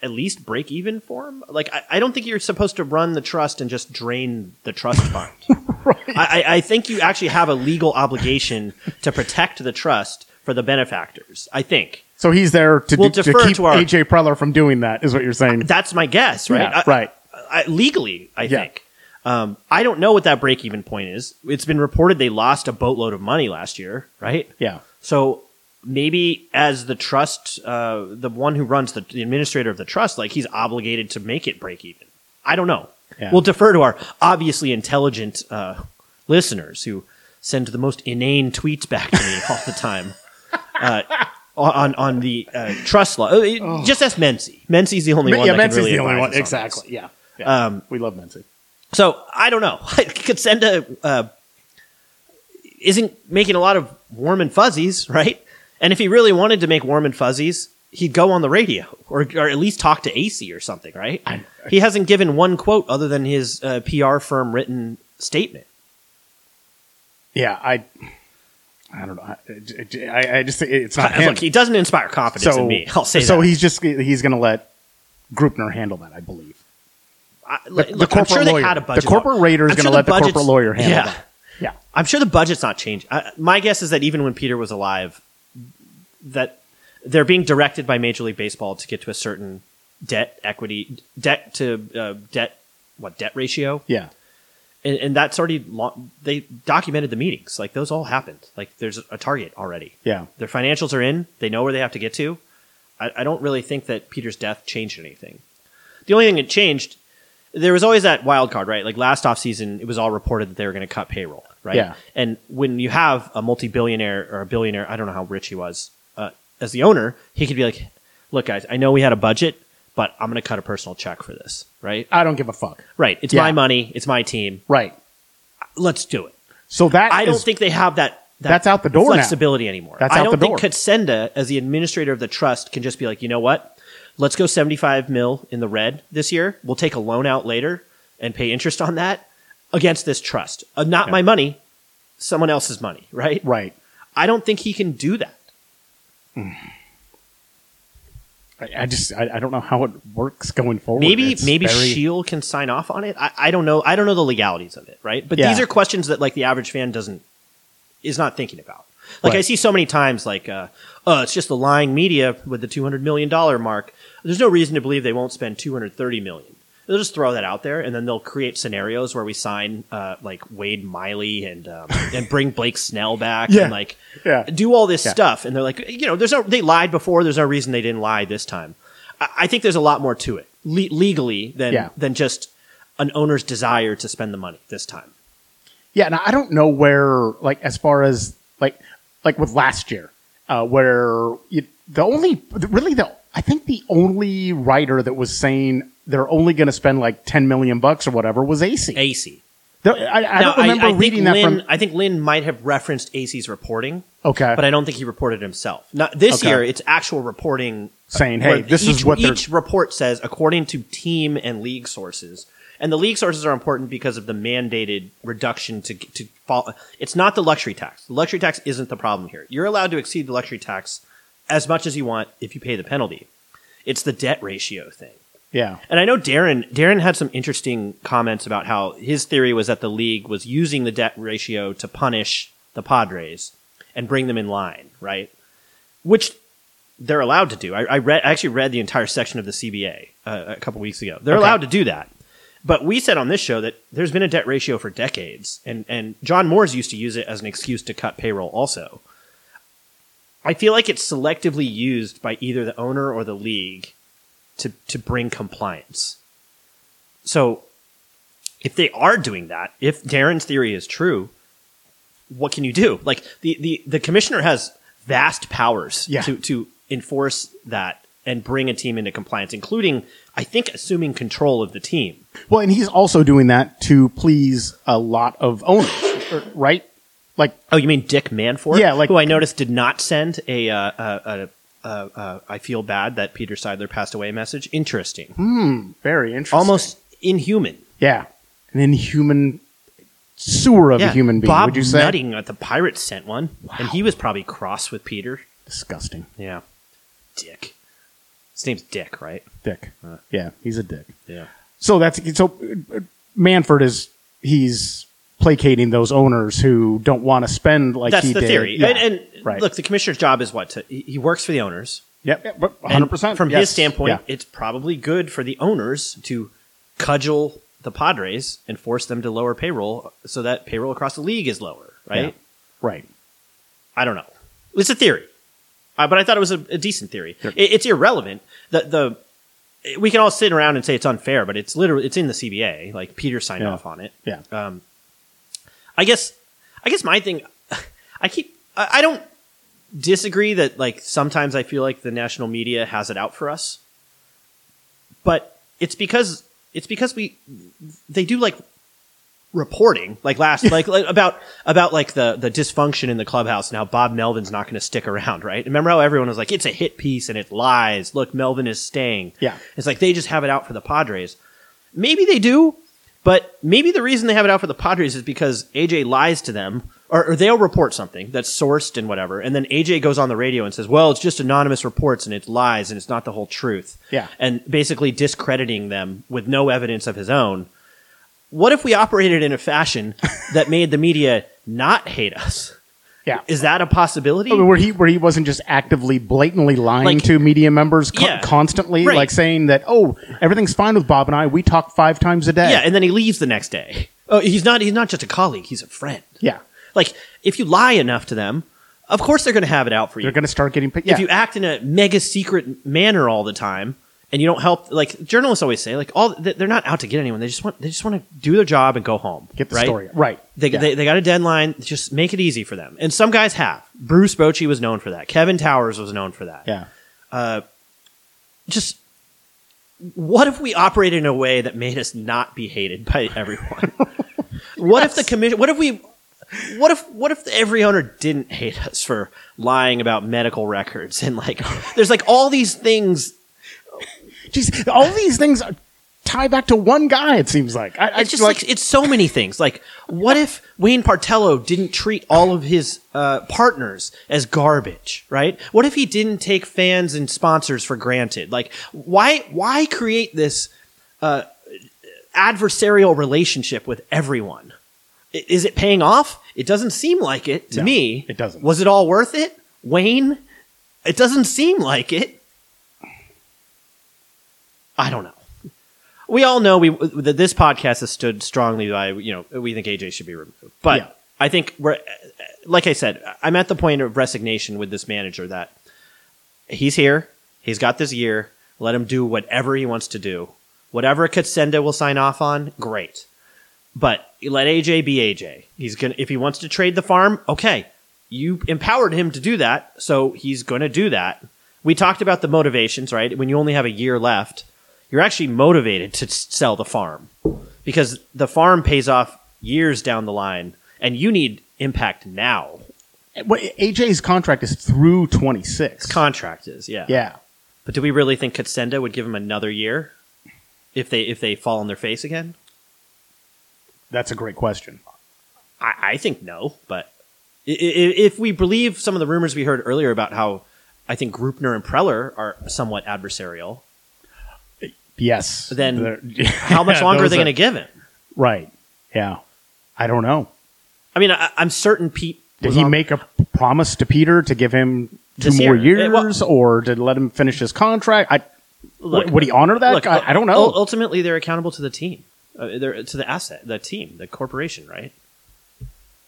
Speaker 1: at least break even form. Like, I, I don't think you're supposed to run the trust and just drain the trust fund. I, I- I think you actually have a legal obligation to protect the trust for the benefactors. I think.
Speaker 2: So he's there to,
Speaker 1: We'll
Speaker 2: do, to
Speaker 1: defer
Speaker 2: keep
Speaker 1: to our-
Speaker 2: AJ Preller from doing that, is what you're saying.
Speaker 1: That's my guess, right?
Speaker 2: Yeah,
Speaker 1: I-
Speaker 2: right.
Speaker 1: I, legally, I
Speaker 2: Yeah.
Speaker 1: think. Um, I don't know what that break even point is. It's been reported they lost a boatload of money last year, right?
Speaker 2: yeah.
Speaker 1: So maybe as the trust, uh, the one who runs the, the administrator of the trust, like he's obligated to make it break even. I don't know.
Speaker 2: Yeah.
Speaker 1: We'll defer to our obviously intelligent uh, listeners who send the most inane tweets back to me all the time. Uh, on on the uh, trust law, Uh, it- just ask Mency. Mency's the only one.
Speaker 2: Oh. yeah,
Speaker 1: that can
Speaker 2: Mency's
Speaker 1: really
Speaker 2: the only
Speaker 1: advise
Speaker 2: one.
Speaker 1: us on
Speaker 2: Exactly.
Speaker 1: this.
Speaker 2: Yeah. Yeah.
Speaker 1: Um,
Speaker 2: we love Mency.
Speaker 1: So I don't know. I could send a uh, isn't making a lot of warm and fuzzies, right? And if he really wanted to make warm and fuzzies, he'd go on the radio or, or at least talk to AC or something, right? he hasn't given one quote other than his uh, PR firm written statement.
Speaker 2: Yeah. I. I don't know. I, I, I just think it's not Uh, him.
Speaker 1: Look, he doesn't inspire confidence in me. I'll say
Speaker 2: so
Speaker 1: that.
Speaker 2: he's just he's going to let Grupner handle that, I believe.
Speaker 1: I,
Speaker 2: the
Speaker 1: look, I'm sure
Speaker 2: corporate
Speaker 1: they
Speaker 2: lawyer.
Speaker 1: had a
Speaker 2: The
Speaker 1: budget.
Speaker 2: corporate raider is
Speaker 1: I'm sure
Speaker 2: gonna let the corporate
Speaker 1: budget's-
Speaker 2: lawyer handle
Speaker 1: yeah.
Speaker 2: that. Yeah.
Speaker 1: I'm sure the budget's not changing. I, my guess is that even when Peter was alive, that they're being directed by Major League Baseball to get to a certain debt equity debt to uh, debt what debt ratio,
Speaker 2: Yeah.
Speaker 1: and, and that's already long, they documented the meetings. Like those all happened. Like there's a target already.
Speaker 2: Yeah.
Speaker 1: Their financials are in. They know where they have to get to. I, I don't really think that Peter's death changed anything. The only thing that changed, there was always that wild card, right? Like last offseason, it was all reported that they were going to cut payroll, right?
Speaker 2: Yeah.
Speaker 1: And when you have a multi billionaire or a billionaire, I don't know how rich he was, uh, as the owner, he could be like, look, guys, I know we had a budget, but I'm going to cut a personal check for this, right?
Speaker 2: I don't give a fuck.
Speaker 1: Right. It's
Speaker 2: Yeah.
Speaker 1: my money. It's my team.
Speaker 2: Right.
Speaker 1: Let's do it.
Speaker 2: So that
Speaker 1: I don't
Speaker 2: is-
Speaker 1: think they have that. that
Speaker 2: That's out the door now.
Speaker 1: flexibility anymore.
Speaker 2: That's
Speaker 1: I
Speaker 2: out
Speaker 1: don't
Speaker 2: the door.
Speaker 1: think Katsenda, as the administrator of the trust, can just be like, you know what? Let's go seventy-five mil in the red this year. We'll take a loan out later and pay interest on that against this trust. Uh, not my money, someone else's money, right?
Speaker 2: right.
Speaker 1: I don't think he can do that.
Speaker 2: I, I just I, I don't know how it works going forward.
Speaker 1: Maybe
Speaker 2: It's
Speaker 1: maybe
Speaker 2: very-
Speaker 1: Shield can sign off on it. I, I don't know. I don't know the legalities of it, right? But
Speaker 2: Yeah.
Speaker 1: these are questions that like the average fan doesn't is not thinking about. Like I
Speaker 2: Right.
Speaker 1: see so many times, like, uh, oh, it's just the lying media with the two hundred million dollar mark. There's no reason to believe they won't spend two hundred thirty million. They'll just throw that out there, and then they'll create scenarios where we sign uh, like Wade Miley and um, and bring Blake Snell back,
Speaker 2: Yeah.
Speaker 1: and like
Speaker 2: Yeah.
Speaker 1: do all this stuff, and they're like, you know, there's no they lied before. There's no reason they didn't lie this time. I, I think there's a lot more to it le- legally than
Speaker 2: Yeah.
Speaker 1: than just an owner's desire to spend the money this time.
Speaker 2: Yeah, and I don't know where like as far as like like with last year, uh, where you, the only really the I think the only writer that was saying they're only going to spend like ten million bucks or whatever was AC.
Speaker 1: AC.
Speaker 2: There- I,
Speaker 1: Now,
Speaker 2: I don't remember
Speaker 1: think
Speaker 2: reading that
Speaker 1: Lynn,
Speaker 2: from.
Speaker 1: I think Lynn might have referenced AC's reporting,
Speaker 2: Okay,
Speaker 1: but I don't think he reported himself. Not this
Speaker 2: Okay.
Speaker 1: year. It's actual reporting uh,
Speaker 2: saying,
Speaker 1: where
Speaker 2: hey, this
Speaker 1: each,
Speaker 2: is what they're.
Speaker 1: each report says according to team and league sources. And the league sources are important because of the mandated reduction to to fall. It's not the luxury tax. The luxury tax isn't the problem here. You're allowed to exceed the luxury tax as much as you want if you pay the penalty. It's the debt ratio thing.
Speaker 2: Yeah,
Speaker 1: And I know Darren Darren had some interesting comments about how his theory was that the league was using the debt ratio to punish the Padres and bring them in line, right? Which they're allowed to do. I, I read I actually read the entire section of the CBA uh, a couple weeks ago. They're
Speaker 2: Okay.
Speaker 1: allowed to do that. But we said on this show that there's been a debt ratio for decades, and, and John Moores used to use it as an excuse to cut payroll also. I feel like it's selectively used by either the owner or the league to to bring compliance. So if they are doing that, if Darren's theory is true, what can you do? Like the the, the commissioner has vast powers
Speaker 2: Yeah.
Speaker 1: to to enforce that and bring a team into compliance, including I think assuming control of the team.
Speaker 2: well, and he's also doing that to please a lot of owners, er, right? Like,
Speaker 1: Oh, you mean Dick Manfort?
Speaker 2: Yeah, like-
Speaker 1: who I noticed did not send a. Uh, uh, uh, uh, uh, I feel bad that Peter Seidler passed away. Message interesting,
Speaker 2: very interesting.
Speaker 1: almost inhuman.
Speaker 2: yeah, an inhuman sewer of a
Speaker 1: Yeah,
Speaker 2: human being.
Speaker 1: Bob
Speaker 2: would you say
Speaker 1: Nutting at the Pirates sent one, and he was probably cross with Peter.
Speaker 2: disgusting?
Speaker 1: Yeah, Dick. His name's Dick, right?
Speaker 2: Dick.
Speaker 1: Uh.
Speaker 2: yeah, he's a dick.
Speaker 1: Yeah.
Speaker 2: So that's so uh, Manford is he's placating those owners who don't want to spend like
Speaker 1: That's
Speaker 2: he
Speaker 1: the
Speaker 2: did.
Speaker 1: theory.
Speaker 2: Yeah,
Speaker 1: And, and
Speaker 2: right.
Speaker 1: look, the commissioner's job is what to, he he works for the owners.
Speaker 2: yep, yep, but
Speaker 1: And
Speaker 2: 100%
Speaker 1: From
Speaker 2: yes.
Speaker 1: his standpoint,
Speaker 2: Yeah.
Speaker 1: it's probably good for the owners to cudgel the Padres and force them to lower payroll so that payroll across the league is lower, right?
Speaker 2: Yeah. right.
Speaker 1: I don't know. It's a theory, uh, but I thought it was a, a decent theory. It, it's irrelevant. The the we can all sit around and say it's unfair, but it's literally it's in the CBA. Like Peter signed
Speaker 2: Yeah.
Speaker 1: off on it.
Speaker 2: Yeah.
Speaker 1: Um, I guess I guess my thing. I keep I, I don't disagree that like sometimes I feel like the national media has it out for us, but it's because it's because we they do like reporting like last like, like about about like the the dysfunction in the clubhouse and how bob melvin's not going to stick around right remember how everyone was like it's a hit piece and it lies look melvin is staying
Speaker 2: Yeah.
Speaker 1: it's like they just have it out for the padres maybe they do but maybe the reason they have it out for the padres is because aj lies to them or, or they'll report something that's sourced and whatever and then aj goes on the radio and says well it's just anonymous reports and it's lies and it's not the whole truth
Speaker 2: Yeah.
Speaker 1: and basically discrediting them with no evidence of his own what if we operated in a fashion that made the media not hate us?
Speaker 2: Yeah.
Speaker 1: Is that a possibility?
Speaker 2: I mean, where he where he wasn't just actively blatantly lying
Speaker 1: Like-
Speaker 2: to media members con-
Speaker 1: Yeah.
Speaker 2: constantly,
Speaker 1: Right.
Speaker 2: like saying that oh everything's fine with Bob and I. We talk five times a day.
Speaker 1: yeah, and then he leaves the next day. Oh, he's not he's not just a colleague, he's a friend.
Speaker 2: yeah.
Speaker 1: Like if you lie enough to them, of course they're going to have it out for you.
Speaker 2: They're going to start getting. pic- Yeah.
Speaker 1: If you act in a mega secret manner all the time and you don't help like journalists always say like all they're not out to get anyone. They just want they just want to do their job and go home.
Speaker 2: Get the
Speaker 1: right?
Speaker 2: story right.
Speaker 1: They,
Speaker 2: Yeah.
Speaker 1: they, they got a deadline. Just make it easy for them. And some guys have. Bruce Bochy was known for that. Kevin Towers was known for that.
Speaker 2: yeah.
Speaker 1: Just what if we operated in a way that made us not be hated by everyone? What if the commission? What if we? What if what if every owner didn't hate us for lying about medical records and like there's like all these things
Speaker 2: Jeez, all these things are- tie back to one guy. It seems like I, I
Speaker 1: it's just like, it's so many things. Like, what if Wayne Partello didn't treat all of his uh, partners as garbage, right? What if he didn't take fans and sponsors for granted? Like, why why create this uh, adversarial relationship with everyone? I- Is it paying off? It doesn't seem like it to
Speaker 2: No,
Speaker 1: me.
Speaker 2: it doesn't.
Speaker 1: Was it all worth it, Wayne? It doesn't seem like it. I don't know. We all know we that this podcast has stood strongly by you know we think AJ should be removed, but
Speaker 2: Yeah.
Speaker 1: I think we're like I said, I'm at the point of resignation with this manager that he's here, he's got this year. Let him do whatever he wants to do, whatever Katsenda will sign off on. Great, but let AJ be AJ. He's gonna if he wants to trade the farm, okay. You empowered him to do that, so he's gonna do that. We talked about the motivations, right? When you only have a year left, you're actually motivated to s- sell the farm because the farm pays off years down the line, and you need impact now.
Speaker 2: Well, AJ's contract is through twenty six.
Speaker 1: Contract is, yeah,
Speaker 2: yeah.
Speaker 1: But do we really think Katsenda would give him another year if they if they fall on their face again?
Speaker 2: That's a great question.
Speaker 1: I, I think no, but i- i- if we believe some of the rumors we heard earlier about how I think Grupner and Preller are somewhat adversarial,
Speaker 2: Yes.
Speaker 1: Then
Speaker 2: There-
Speaker 1: how much
Speaker 2: Yeah,
Speaker 1: longer are
Speaker 2: those
Speaker 1: they going to give him?
Speaker 2: Right. Yeah. I don't know.
Speaker 1: I mean, I, I'm certain Pete
Speaker 2: Did
Speaker 1: was
Speaker 2: he
Speaker 1: on-
Speaker 2: make a p- promise to Peter to give him two
Speaker 1: This
Speaker 2: more
Speaker 1: year. Eh, well-
Speaker 2: years or to let him finish his contract? I
Speaker 1: Look,
Speaker 2: would he honor that?
Speaker 1: look, oh,
Speaker 2: I, I don't
Speaker 1: ul-
Speaker 2: know.
Speaker 1: Ultimately, they're accountable to the team, uh, they're to the asset, the team, the corporation, right?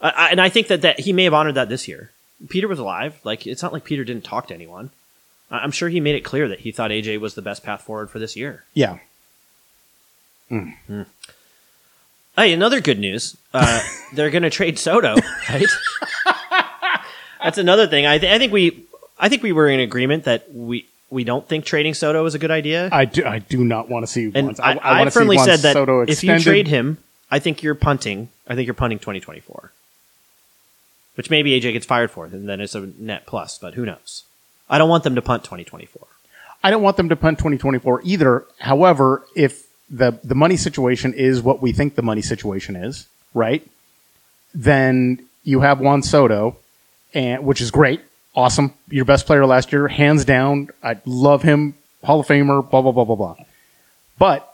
Speaker 1: I, I, and I think that that he may have honored that this year. Peter was alive; like it's not like Peter didn't talk to anyone. I, I'm sure he made it clear that he thought AJ was the best path forward for this year.
Speaker 2: yeah.
Speaker 1: Hey, another good news. Uh, they're going to trade Soto, right? That's another thing. I, th- I think we, I think we were in agreement that we we don't think trading Soto is a good idea.
Speaker 2: I do. I do not want to see.
Speaker 1: And
Speaker 2: once.
Speaker 1: I,
Speaker 2: I
Speaker 1: I,
Speaker 2: wanna see
Speaker 1: firmly
Speaker 2: once
Speaker 1: said that
Speaker 2: Soto
Speaker 1: if you
Speaker 2: extended.
Speaker 1: trade him, I think you're punting. I think you're punting 2024, which maybe AJ gets fired for, and then it's a net plus. But who knows? I don't want them to punt 2024.
Speaker 2: I don't want them to punt 2024 either. However, if the the money situation is what we think the money situation is, right? then you have Juan Soto, and which is great, awesome, your best player last year, hands down. I love him, Hall of Famer, blah blah blah blah blah. But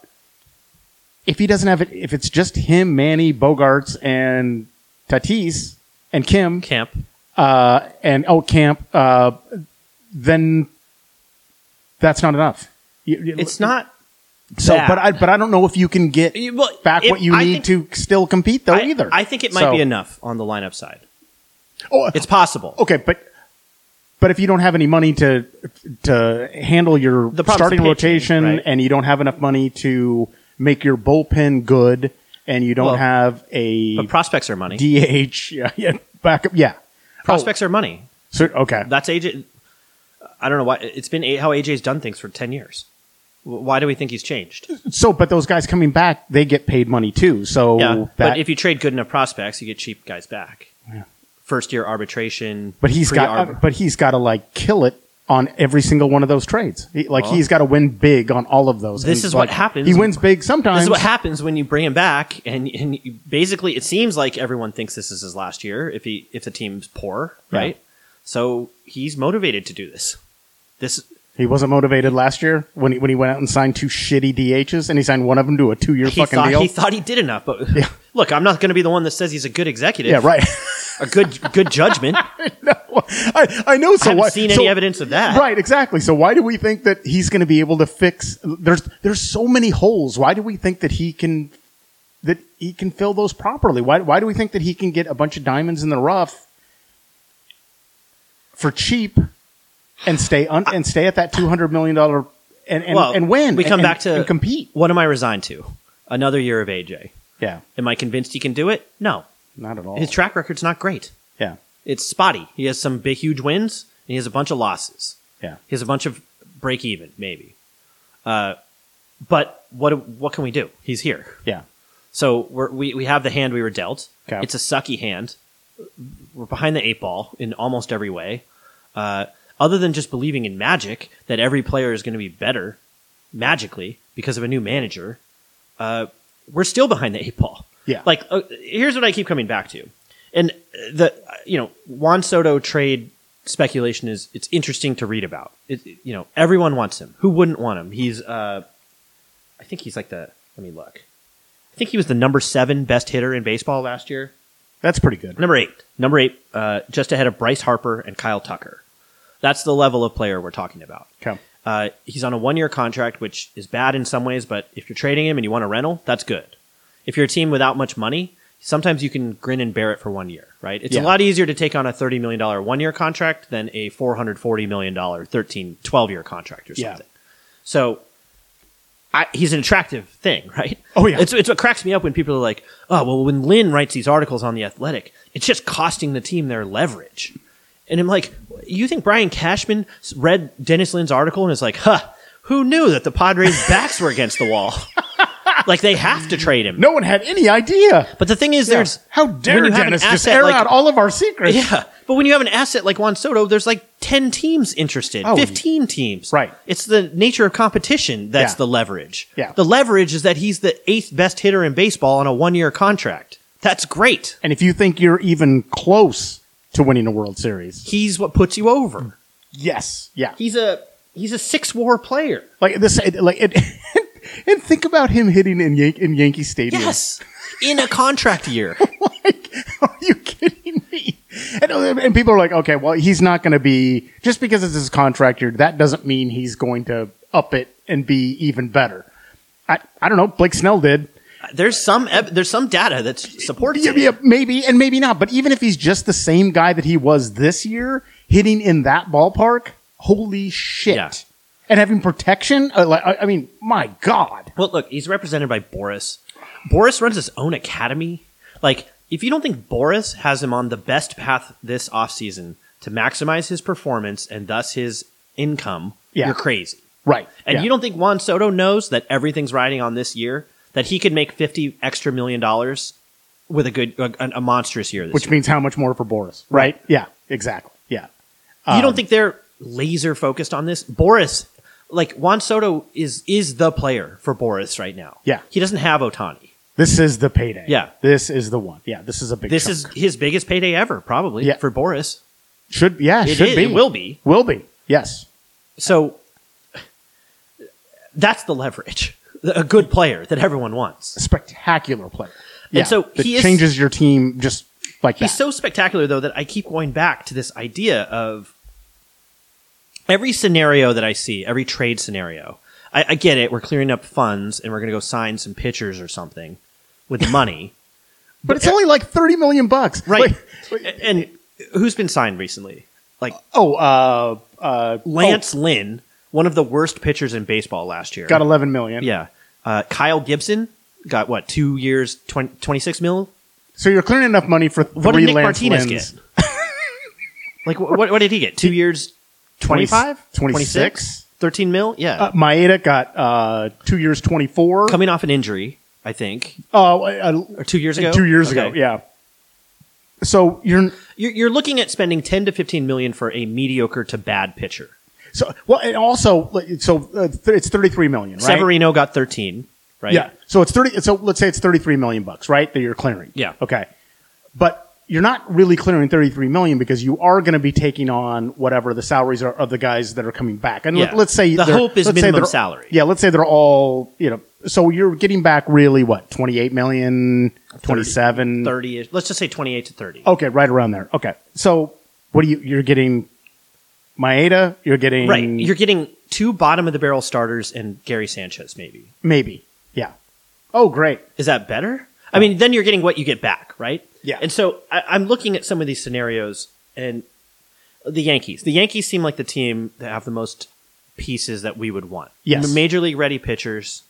Speaker 2: if he doesn't have it, if it's just him, Manny, Bogarts, and Tatis and Kim,
Speaker 1: Camp.
Speaker 2: uh, and oh Camp, uh, then that's not enough. You- you-
Speaker 1: It's not.
Speaker 2: so,
Speaker 1: that.
Speaker 2: but I but I don't know if you can get
Speaker 1: You- well,
Speaker 2: back
Speaker 1: if-
Speaker 2: what you
Speaker 1: I
Speaker 2: need
Speaker 1: think-
Speaker 2: to still compete though
Speaker 1: I,
Speaker 2: either.
Speaker 1: I think it might
Speaker 2: So-
Speaker 1: be enough on the lineup side.
Speaker 2: Oh,
Speaker 1: It's possible.
Speaker 2: okay, but but if you don't have any money to to handle your
Speaker 1: The problem's
Speaker 2: starting
Speaker 1: pitching,
Speaker 2: rotation
Speaker 1: right.
Speaker 2: and you don't have enough money to make your bullpen good and you don't
Speaker 1: Well,
Speaker 2: have a
Speaker 1: But prospects are money.
Speaker 2: DH yeah, yeah backup yeah Oh,
Speaker 1: prospects are money.
Speaker 2: so okay
Speaker 1: That's AJ. I don't know why it's been A- how AJ's done things for ten years. W- Why do we think he's changed?
Speaker 2: so but those guys coming back they get paid money too so
Speaker 1: yeah,
Speaker 2: that,
Speaker 1: but if you trade good enough prospects, you get cheap guys back. First year arbitration,
Speaker 2: But he's
Speaker 1: pre-arb-
Speaker 2: got, but he's got to like kill it on every single one of those trades. He, like
Speaker 1: Well.
Speaker 2: he's got to win big on all of those.
Speaker 1: This
Speaker 2: And,
Speaker 1: is what
Speaker 2: like,
Speaker 1: happens.
Speaker 2: He wins big sometimes.
Speaker 1: This is what happens when you bring him back, and, and you- basically, it seems like everyone thinks this is his last year. If he if the team's poor,
Speaker 2: Yeah.
Speaker 1: right? So he's motivated to do this. This
Speaker 2: he wasn't motivated last year when he when he went out and signed two shitty DHs, and he signed one of them to a two year
Speaker 1: he
Speaker 2: fucking
Speaker 1: thought
Speaker 2: deal.
Speaker 1: he thought he did enough, but look, I'm not going to be the one that says he's a good executive.
Speaker 2: yeah, right.
Speaker 1: A good good judgment.
Speaker 2: I, I know. So
Speaker 1: haven't
Speaker 2: why,
Speaker 1: seen
Speaker 2: so-
Speaker 1: any evidence of that.
Speaker 2: Right, exactly. So why do we think that he's going to be able to fix? There's there's so many holes. Why do we think that he can that he can fill those properly? Why why do we think that he can get a bunch of diamonds in the rough for cheap and stay un, and stay at that two hundred million dollar and and,
Speaker 1: well,
Speaker 2: and win?
Speaker 1: We come
Speaker 2: and-
Speaker 1: back to
Speaker 2: and compete.
Speaker 1: What am I resigned to? Another year of AJ.
Speaker 2: Yeah,
Speaker 1: Am I convinced he can do it? No.
Speaker 2: not at all.
Speaker 1: His track record's not great.
Speaker 2: yeah,
Speaker 1: It's spotty. He has some big, huge wins, and he has a bunch of losses.
Speaker 2: yeah.
Speaker 1: He has a bunch of break even, maybe. Uh, but what what can we do? He's here.
Speaker 2: Yeah.
Speaker 1: So we're, we we have the hand we were dealt.
Speaker 2: Okay.
Speaker 1: It's a sucky hand. We're behind the eight ball in almost every way. Uh, other than just believing in magic that every player is going to be better magically because of a new manager, uh, we're still behind the eight ball.
Speaker 2: Yeah.
Speaker 1: Like uh, here's what I keep coming back to, and the uh, you know Juan Soto trade speculation is it's interesting to read about. It, it- you know everyone wants him. Who wouldn't want him? He's uh, I think he's like the let me look. I think he was the number seven best hitter in baseball last year.
Speaker 2: That's pretty good.
Speaker 1: Number eight. Number eight, uh, just ahead of Bryce Harper and Kyle Tucker. That's the level of player we're talking about.
Speaker 2: Okay.
Speaker 1: Uh, he's on a one year contract, which is bad in some ways, but if you're trading him and you want a rental, that's good. If you're a team without much money, sometimes you can grin and bear it for one year, right? It's
Speaker 2: Yeah.
Speaker 1: a lot easier to take on a $30 million one year contract than a $440 million 13, 12 year contract or
Speaker 2: Yeah.
Speaker 1: something. So I, he's an attractive thing, right?
Speaker 2: Oh, yeah.
Speaker 1: It's, it's what cracks me up when people are like, oh, well, when Lynn writes these articles on The Athletic, it's just costing the team their leverage. And I'm like, you think Brian Cashman s- read Dennis Lynn's article and is like, huh, who knew that the Padres' backs were against the wall? like, they have to trade him.
Speaker 2: No one had any idea.
Speaker 1: But the thing is, there's.
Speaker 2: How
Speaker 1: when
Speaker 2: dare
Speaker 1: you have an
Speaker 2: Dennis just
Speaker 1: asset
Speaker 2: air
Speaker 1: like-
Speaker 2: out all of our secrets?
Speaker 1: Yeah. But when you have an asset like Juan Soto, there's like 10 teams interested,
Speaker 2: Oh,
Speaker 1: 15 teams.
Speaker 2: right.
Speaker 1: It's the nature of competition that's
Speaker 2: Yeah.
Speaker 1: the leverage.
Speaker 2: Yeah.
Speaker 1: The leverage is that he's the eighth best hitter in baseball on a one year contract. That's great.
Speaker 2: And if you think you're even close to winning a World Series,
Speaker 1: He's what puts you over.
Speaker 2: yes, yeah.
Speaker 1: He's a he's a six war player.
Speaker 2: Like this, it- like it, and think about him hitting in, Yan- in Yankee Stadium.
Speaker 1: Yes. In a contract year.
Speaker 2: Like, are you kidding me? And, uh, and people are like, okay, well, he's not going to be just because it's his contract year. That doesn't mean he's going to up it and be even better. I, I don't know. Blake Snell did.
Speaker 1: There's some ev- there's some data that supports
Speaker 2: Yeah,
Speaker 1: it.
Speaker 2: yeah, maybe and maybe not. But even if he's just the same guy that he was this year, hitting in that ballpark, holy shit!
Speaker 1: Yeah.
Speaker 2: And having protection, uh, like, I, I mean, my god,
Speaker 1: Well, look, he's represented by Boris. Boris runs his own academy. Like, if you don't think Boris has him on the best path this offseason to maximize his performance and thus his income,
Speaker 2: Yeah.
Speaker 1: you're crazy.
Speaker 2: right?
Speaker 1: And
Speaker 2: yeah.
Speaker 1: you don't think Juan Soto knows that everything's riding on this year, that he could make 50 extra million dollars with a good, a, a monstrous year this
Speaker 2: which
Speaker 1: year.
Speaker 2: means how much more for Boris, right? Yeah, exactly. Yeah,
Speaker 1: you
Speaker 2: um,
Speaker 1: don't think they're laser focused on this? Boris, like Juan Soto is is the player for Boris right now.
Speaker 2: Yeah.
Speaker 1: He doesn't have Otani.
Speaker 2: This is the payday.
Speaker 1: Yeah.
Speaker 2: This is the one. Yeah. This is a big.
Speaker 1: This
Speaker 2: chunk.
Speaker 1: is his biggest payday ever, probably
Speaker 2: Yeah.
Speaker 1: for Boris.
Speaker 2: should yeah
Speaker 1: It
Speaker 2: should
Speaker 1: is-
Speaker 2: be
Speaker 1: it will be.
Speaker 2: will be yes
Speaker 1: So that's the leverage. A good player that everyone wants.
Speaker 2: spectacular player. Yeah,
Speaker 1: so
Speaker 2: that
Speaker 1: he is-
Speaker 2: changes your team just like
Speaker 1: He's
Speaker 2: that.
Speaker 1: so spectacular though that I keep going back to this idea of every scenario that I see, every trade scenario. I, I get it. We're clearing up funds and we're going to go sign some pitchers or something with the money,
Speaker 2: but it's only like thirty million bucks,
Speaker 1: right?
Speaker 2: Like- like-
Speaker 1: and who's been signed recently? Like
Speaker 2: oh, uh, uh,
Speaker 1: Lance Lynn, one of the worst pitchers in baseball last year.
Speaker 2: oh, got eleven million.
Speaker 1: yeah. Uh, Kyle Gibson got what two years, 20, 26 mil.
Speaker 2: So you're clearing enough money for three
Speaker 1: What did Nick
Speaker 2: Lance
Speaker 1: Martinez
Speaker 2: Lynns.
Speaker 1: get? like wh- what? What did he get? Two years, 25?
Speaker 2: 26?
Speaker 1: 13 mil? Yeah.
Speaker 2: Uh, Maeda got uh, two years, twenty four.
Speaker 1: Coming off an injury, I think,
Speaker 2: Oh, uh,
Speaker 1: or two years ago.
Speaker 2: two years ago,
Speaker 1: Okay.
Speaker 2: yeah. So you're
Speaker 1: You're, you're looking at spending 10 to 15 million for a mediocre to bad pitcher.
Speaker 2: so well, and also like, so uh, th- it's thirty three million, right?
Speaker 1: Severino got 13, right?
Speaker 2: Yeah. So it's thirty. So let's say it's thirty-three million bucks, right? That you're clearing.
Speaker 1: Yeah.
Speaker 2: Okay. But you're not really clearing thirty-three million because you are going to be taking on whatever the salaries are of the guys that are coming back. And
Speaker 1: Yeah.
Speaker 2: let, us say
Speaker 1: The
Speaker 2: they're-
Speaker 1: hope is
Speaker 2: let's say
Speaker 1: minimum
Speaker 2: they're-
Speaker 1: salary.
Speaker 2: Yeah. Let's say they're all you know. So you're getting back really what twenty-eight million, twenty-seven.
Speaker 1: 30 -ish- let's just say 28 to 30.
Speaker 2: Okay, right around there. Okay. So what do you? You're getting Maeda. You're getting
Speaker 1: Right. You're getting two bottom of the barrel starters and Gary Sanchez, maybe.
Speaker 2: maybe. Yeah. Oh, great.
Speaker 1: Is that better? I mean, then you're getting what you get back, right?
Speaker 2: Oh. Yeah.
Speaker 1: And so I, I'm looking at some of these scenarios and the Yankees. The Yankees seem like the team that have the most pieces that we would want.
Speaker 2: Yes.
Speaker 1: Major league ready pitchers,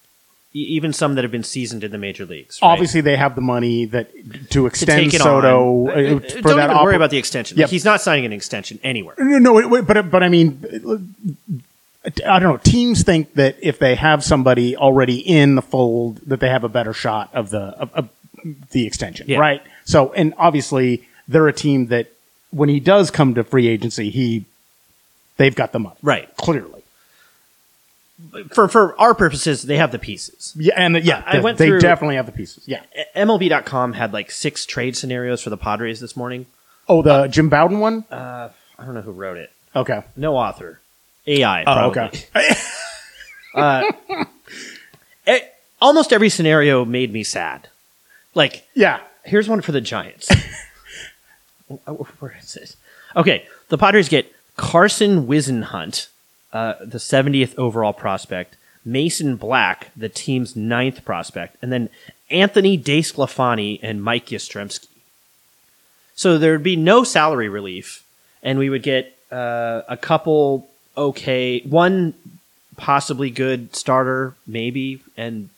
Speaker 1: e- even some that have been seasoned in the major leagues. right?
Speaker 2: obviously they have the money that to
Speaker 1: To
Speaker 2: extend
Speaker 1: take it
Speaker 2: Soto
Speaker 1: on. Uh, uh,
Speaker 2: uh, for
Speaker 1: Don't
Speaker 2: that
Speaker 1: even worry
Speaker 2: oper-
Speaker 1: about the extension. Like,
Speaker 2: Yep.
Speaker 1: he's not signing an extension anywhere.
Speaker 2: No, no, wait, wait, but but I mean, I don't know. Teams think that if they have somebody already in the fold, that they have a better shot of the of, of the extension,
Speaker 1: Yeah.
Speaker 2: right? So, and obviously they're a team that when he does come to free agency, he they've got the money,
Speaker 1: Right.
Speaker 2: Clearly,
Speaker 1: For for our purposes, they have the pieces.
Speaker 2: yeah, and yeah,
Speaker 1: I- I
Speaker 2: they,
Speaker 1: went
Speaker 2: they
Speaker 1: through-
Speaker 2: definitely have the pieces, yeah.
Speaker 1: MLB.com had like six trade scenarios for the Padres this morning.
Speaker 2: Oh, the
Speaker 1: Uh,
Speaker 2: Jim Bowden one,
Speaker 1: I don't know who wrote it.
Speaker 2: okay.
Speaker 1: No author. AI.
Speaker 2: Oh,
Speaker 1: Probably.
Speaker 2: okay.
Speaker 1: E- almost every scenario made me sad. Like,
Speaker 2: Yeah,
Speaker 1: here's one for the Giants. Oh, oh, Where is it? Okay, the Padres get Carson Wisenhunt, uh, the 70th overall prospect, Mason Black, the team's ninth prospect, and then Anthony DeSclafani and Mike Yastrzemski. So there would be no salary relief, and we would get uh, a couple okay, one possibly good starter, maybe, and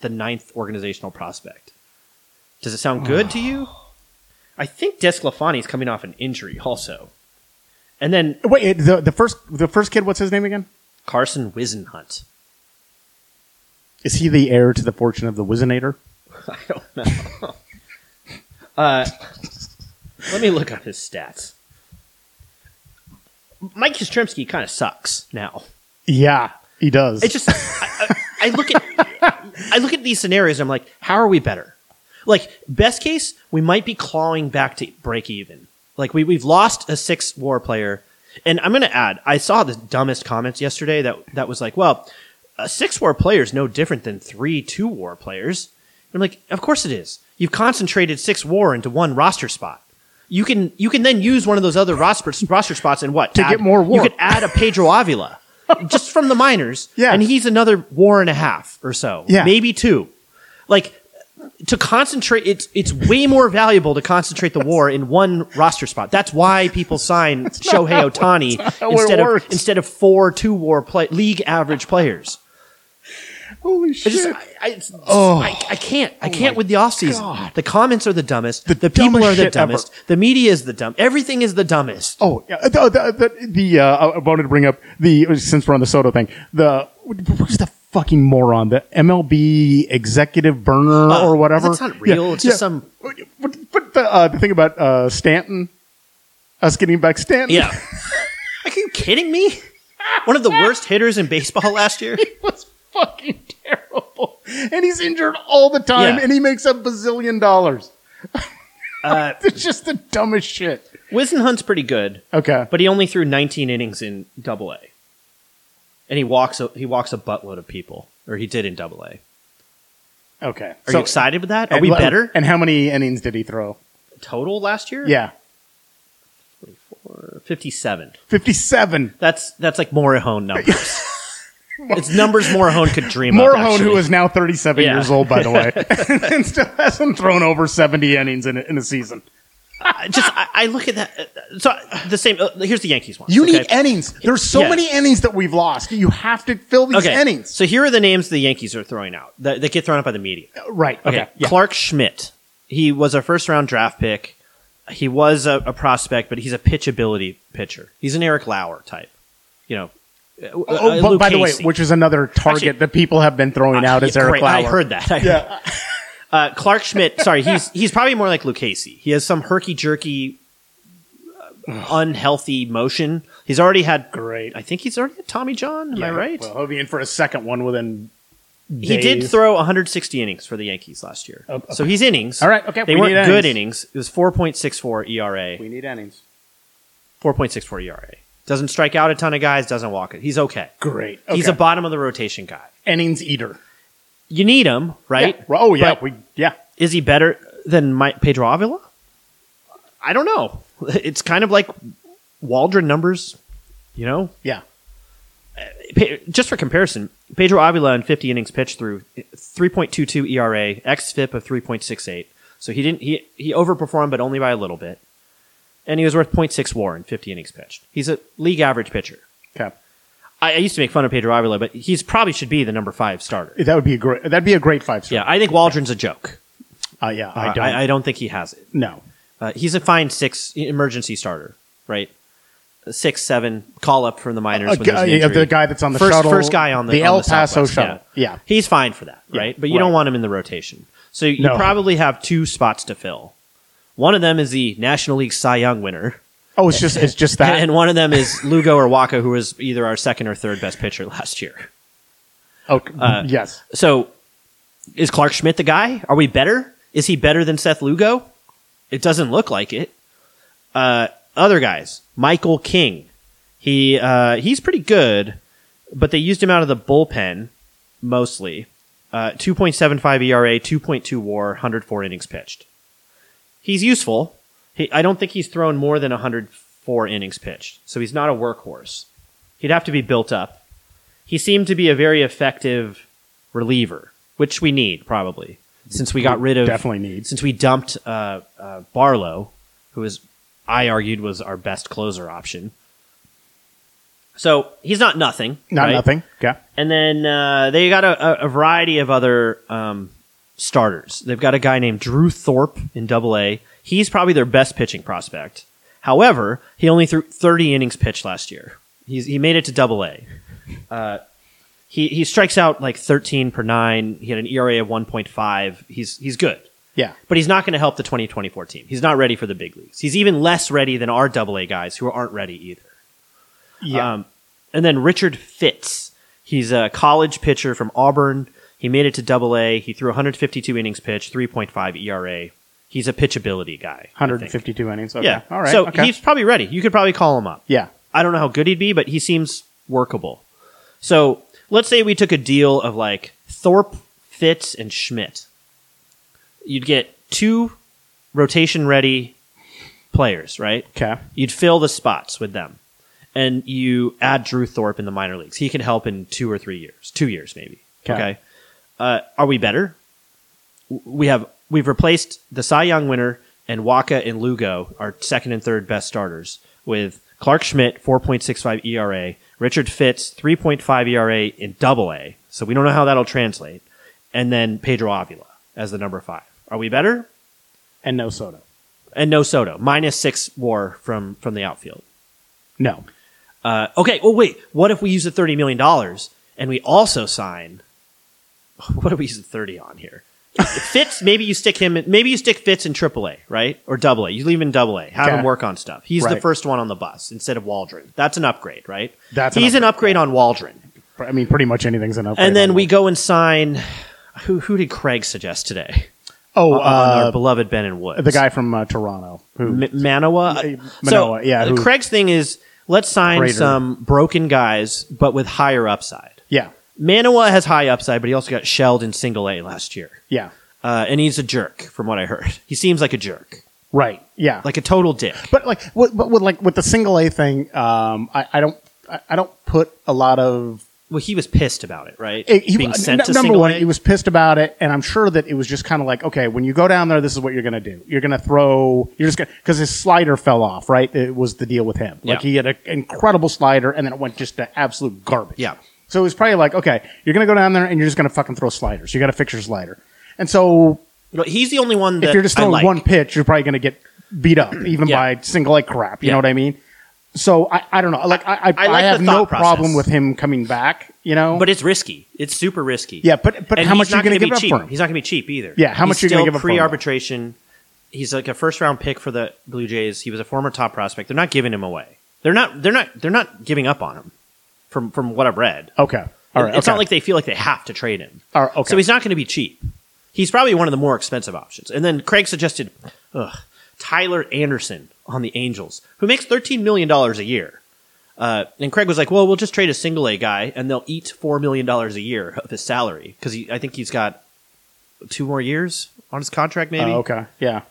Speaker 1: the ninth organizational prospect. Does it sound good to you? I think Desclafani is coming off an injury also. And then
Speaker 2: wait, it- the the first the first kid, what's his name again?
Speaker 1: Carson Wisenhunt.
Speaker 2: Is he the heir to the fortune of the Wizinator?
Speaker 1: I don't know. uh, let me look up his stats. Mike Yastrzemski kind of sucks now.
Speaker 2: Yeah, he does.
Speaker 1: It just I, I, I look at I look at these scenarios. I'm like, how are we better? Like best case, we might be clawing back to break even. Like we we've lost a six WAR player, and I'm gonna add, I saw the dumbest comments yesterday that that was like, well, a six WAR player is no different than three two WAR players. And I'm like, of course it is. You've concentrated six WAR into one roster spot. You can you can then use one of those other roster roster spots and what
Speaker 2: To get more
Speaker 1: You
Speaker 2: WAR.
Speaker 1: could add a Pedro Avila just from the minors.
Speaker 2: Yeah.
Speaker 1: And he's another war and a half or so.
Speaker 2: Yeah.
Speaker 1: Maybe two. Like to concentrate it's it's way more valuable to concentrate the war in one roster spot. That's why people sign Shohei Otani
Speaker 2: how it
Speaker 1: instead of
Speaker 2: works.
Speaker 1: instead of four two war play, league average players.
Speaker 2: Holy
Speaker 1: I
Speaker 2: shit!
Speaker 1: just I, I, it's-
Speaker 2: Oh.
Speaker 1: I, I can't I can't
Speaker 2: my
Speaker 1: with the offseason.
Speaker 2: God.
Speaker 1: The comments are the dumbest. The, people
Speaker 2: dumbest
Speaker 1: are the
Speaker 2: shit ever.
Speaker 1: dumbest. The media is the dumb. Everything is the dumbest.
Speaker 2: oh, yeah. The, the, the, the, uh, I wanted to bring up the since we're on the Soto thing. The where's the fucking moron? The MLB executive burner
Speaker 1: Uh,
Speaker 2: or whatever.
Speaker 1: that's not real. It's just some-
Speaker 2: But, but the, uh, the thing about uh, Stanton, us getting back Stanton.
Speaker 1: Yeah. Are you kidding me? One of the worst hitters in baseball last year.
Speaker 2: was fucking terrible. and he's injured all the time,
Speaker 1: Yeah.
Speaker 2: and he makes a bazillion dollars.
Speaker 1: Uh,
Speaker 2: It's just the dumbest shit.
Speaker 1: Wisenhunt's pretty good,
Speaker 2: Okay.
Speaker 1: but he only threw 19 innings in Double A, and he walks a, he walks a buttload of people, or he did in Double A.
Speaker 2: Okay.
Speaker 1: Are you excited with that? Are
Speaker 2: and
Speaker 1: we
Speaker 2: lo-
Speaker 1: better
Speaker 2: And how many innings did he throw?
Speaker 1: total last year?
Speaker 2: Yeah,
Speaker 1: 57.
Speaker 2: fifty-seven.
Speaker 1: That's that's like Morihone numbers. it's numbers Morihone could dream of.
Speaker 2: Morhone,
Speaker 1: actually.
Speaker 2: who is now thirty-seven
Speaker 1: Yeah.
Speaker 2: years old, by the way, and still hasn't thrown over seventy innings in a, in a season.
Speaker 1: I just I, I look at that. uh, So the same. Uh, here's the Yankees one.
Speaker 2: You
Speaker 1: okay?
Speaker 2: need innings. There's so
Speaker 1: Yeah.
Speaker 2: many innings that we've lost. You have to fill these
Speaker 1: okay.
Speaker 2: innings.
Speaker 1: So here are the names the Yankees are throwing out that, that get thrown out by the media.
Speaker 2: Right. Okay. Yeah.
Speaker 1: Clark Schmidt. He was a first round draft pick. He was a, a prospect, but he's a pitchability pitcher. He's an Eric Lauer type. You know. Oh,
Speaker 2: oh, but by the way, which is another target
Speaker 1: Actually-
Speaker 2: that people have been throwing out as
Speaker 1: Yeah,
Speaker 2: Eric
Speaker 1: great.
Speaker 2: Lauer.
Speaker 1: I heard that. I heard
Speaker 2: Yeah.
Speaker 1: that. Uh, Clark Schmidt. Sorry, he's he's probably more like Lucchese. He has some herky jerky, uh, unhealthy motion. He's already had.
Speaker 2: Great.
Speaker 1: I think he's already had Tommy John. Am I
Speaker 2: Yeah,
Speaker 1: right?
Speaker 2: Well, he'll be in for a second one within.
Speaker 1: he did
Speaker 2: days.
Speaker 1: throw 160 innings for the Yankees last year.
Speaker 2: Oh, okay.
Speaker 1: So he's innings.
Speaker 2: All right, okay,
Speaker 1: They
Speaker 2: we
Speaker 1: weren't
Speaker 2: need
Speaker 1: good
Speaker 2: innings.
Speaker 1: innings. It was 4.64 ERA.
Speaker 2: We need innings.
Speaker 1: 4.64 ERA. E Doesn't strike out a ton of guys. Doesn't walk it. He's okay.
Speaker 2: Great.
Speaker 1: He's a
Speaker 2: Okay.
Speaker 1: bottom of the rotation guy.
Speaker 2: innings eater.
Speaker 1: You need him, right?
Speaker 2: Yeah. Oh yeah.
Speaker 1: But-
Speaker 2: we yeah.
Speaker 1: is he better than my, Pedro Avila? I don't know. It's kind of like Waldron numbers, you know.
Speaker 2: Yeah.
Speaker 1: Pa- Just for comparison, Pedro Avila in 50 innings pitched through 3.22 ERA, xFIP of 3.68. So he didn't he he overperformed, but only by a little bit. And he was worth 0.6 WAR in 50 innings pitched. He's a league average pitcher.
Speaker 2: Okay.
Speaker 1: I, I used to make fun of Pedro Avila, but he's probably should be the number five starter.
Speaker 2: That would be a great. That'd be a great five star.
Speaker 1: Yeah, I think Waldron's a joke.
Speaker 2: Yeah. Uh, yeah. I don't.
Speaker 1: I, I don't think he has it.
Speaker 2: no.
Speaker 1: Uh, he's a fine six emergency starter, right? Six, seven call up from the minors.
Speaker 2: A
Speaker 1: when there's
Speaker 2: guy-
Speaker 1: an
Speaker 2: yeah,
Speaker 1: injury.
Speaker 2: the guy that's on the
Speaker 1: first,
Speaker 2: shuttle,
Speaker 1: first guy on the,
Speaker 2: the
Speaker 1: on
Speaker 2: El
Speaker 1: the Southwest,
Speaker 2: Paso shuttle. Yeah.
Speaker 1: he's fine for that, right? but you don't
Speaker 2: right.
Speaker 1: want him in the rotation, so you
Speaker 2: No.
Speaker 1: probably have two spots to fill. One of them is the National League Cy Young winner,
Speaker 2: Oh, it's just it's just that.
Speaker 1: and one of them is Lugo or Waka, who was either our second or third best pitcher last year.
Speaker 2: okay.
Speaker 1: uh,
Speaker 2: yes.
Speaker 1: So, is Clark Schmidt the guy? Are we better? Is he better than Seth Lugo? It doesn't look like it. Uh, other guys, Michael King, he uh, he's pretty good, but they used him out of the bullpen mostly. Uh, 2.75 ERA, 2.2 WAR, 104 innings pitched. He's useful. He, I don't think he's thrown more than 104 innings pitched, so he's not a workhorse. He'd have to be built up. He seemed to be a very effective reliever, which we need probably since we got rid of
Speaker 2: Definitely needs.
Speaker 1: since we dumped uh, uh, Barlow, who is I argued was our best closer option. So he's not nothing.
Speaker 2: Not
Speaker 1: right?
Speaker 2: nothing. Okay.
Speaker 1: And then uh, they got a, a- a variety of other um, starters. They've got a guy named Drew Thorpe in Double A. He's probably their best pitching prospect. However, he only threw 30 innings pitched last year. He's, he made it to Double A. Uh, he he strikes out like 13 per nine. He had an ERA of 1.5. He's he's good,
Speaker 2: Yeah.
Speaker 1: but he's not going to help the 2024 team. He's not ready for the big leagues. He's even less ready than our Double A guys who aren't ready either.
Speaker 2: Yeah.
Speaker 1: Um, and then Richard Fitz. He's a college pitcher from Auburn. He made it to double A. He threw 152 innings pitched, 3.5 ERA. He's E a pitchability guy. I think.
Speaker 2: 152 innings. Okay.
Speaker 1: Yeah.
Speaker 2: All right.
Speaker 1: So
Speaker 2: okay.
Speaker 1: he's probably ready. You could probably call him up.
Speaker 2: yeah.
Speaker 1: I don't know how good he'd be, but he seems workable. So let's say we took a deal of like Thorpe, Fitz, and Schmidt. You'd get two rotation ready players, right?
Speaker 2: Okay.
Speaker 1: You'd fill the spots with them. And you add Drew Thorpe in the minor leagues. He could help in two or three years, two years maybe.
Speaker 2: Okay.
Speaker 1: Okay. Uh, are we better? W- We have we've replaced the Cy Young winner and Waka and Lugo, our second and third best starters, with Clark Schmidt, four point six five ERA, Richard Fitz, three point five ERA in Double A. So we don't know how that'll translate. And then Pedro Avila as the number five. Are we better?
Speaker 2: And no Soto.
Speaker 1: And no Soto, minus six WAR from from the outfield.
Speaker 2: No.
Speaker 1: Uh, okay. Well, wait. What if we use the thirty million dollars and we also sign? What do we use the thirty on here? Fitz, maybe you stick him. In, maybe you stick Fitz in AAA, right, or Double A. You leave him in Double A. Have
Speaker 2: Okay.
Speaker 1: him work on stuff. He's the
Speaker 2: Right.
Speaker 1: first one on the bus instead of Waldron. That's an upgrade, right?
Speaker 2: That's an
Speaker 1: he's an upgrade on Waldron.
Speaker 2: I mean, pretty much anything's enough.
Speaker 1: And then we go and sign. who who did Craig suggest today?
Speaker 2: Oh,
Speaker 1: On our
Speaker 2: uh,
Speaker 1: beloved Ben and Woods,
Speaker 2: the guy from uh, Toronto who
Speaker 1: M- Manoa.
Speaker 2: Manoa,
Speaker 1: so, uh,
Speaker 2: yeah, who-
Speaker 1: Craig's thing is let's sign
Speaker 2: Prater.
Speaker 1: some broken guys, but with higher upside.
Speaker 2: yeah,
Speaker 1: Manoa has high upside, but he also got shelled in single A last year,
Speaker 2: yeah.
Speaker 1: uh, and he's a jerk, from what I heard. He seems like a jerk,
Speaker 2: Right. Yeah.
Speaker 1: like a total dick.
Speaker 2: But like, with, but with like with the single A thing, um, I, I don't, I, I don't put a lot of.
Speaker 1: Well, he was pissed about it, right?
Speaker 2: It, he,
Speaker 1: Being sent
Speaker 2: n-
Speaker 1: to
Speaker 2: number
Speaker 1: single
Speaker 2: one,
Speaker 1: A.
Speaker 2: he was pissed about it, and I'm sure that it was just kind of like, okay, when you go down there, this is what you're gonna do. You're gonna throw. You're just gonna because his slider fell off. Right, it was the deal with him. Like
Speaker 1: Yeah.
Speaker 2: he had an incredible slider, and then it went just to absolute garbage.
Speaker 1: Yeah.
Speaker 2: So it was probably like, okay, you're gonna go down there and you're just gonna fucking throw sliders. You got to fix your slider. And so
Speaker 1: No, he's the only one that
Speaker 2: if you're just
Speaker 1: I
Speaker 2: throwing
Speaker 1: like.
Speaker 2: one pitch, you're probably going to get beat up, even
Speaker 1: Yeah.
Speaker 2: by single leg crap. You
Speaker 1: Yeah.
Speaker 2: know what I mean? So I, I don't know. Like I, I,
Speaker 1: I
Speaker 2: I,
Speaker 1: like the
Speaker 2: have no
Speaker 1: thought process.
Speaker 2: problem with him coming back. You know,
Speaker 1: But it's risky. It's super risky.
Speaker 2: Yeah, but- but
Speaker 1: And
Speaker 2: how
Speaker 1: he's
Speaker 2: much you
Speaker 1: not
Speaker 2: gonna
Speaker 1: gonna
Speaker 2: give
Speaker 1: be
Speaker 2: up
Speaker 1: cheap.
Speaker 2: for him?
Speaker 1: He's not going to be cheap either.
Speaker 2: Yeah, how much
Speaker 1: he's
Speaker 2: you gonna
Speaker 1: still
Speaker 2: give up for him?
Speaker 1: Pre-arbitration, he's like a first-round pick for the Blue Jays. He was a former top prospect. They're not giving him away. They're not. They're not. They're not giving up on him. From from what I've read,
Speaker 2: okay, all right,
Speaker 1: it's
Speaker 2: okay.
Speaker 1: not like they feel like they have to trade him.
Speaker 2: All right, okay.
Speaker 1: So he's not going to be cheap. He's probably one of the more expensive options. And then Craig suggested ugh, Tyler Anderson on the Angels, who makes $13 million a year. Uh, and Craig was like, well, we'll just trade a single A guy and they'll eat $4 million a year of his salary because I think he's got two more years on his contract, maybe.
Speaker 2: Oh, okay, yeah.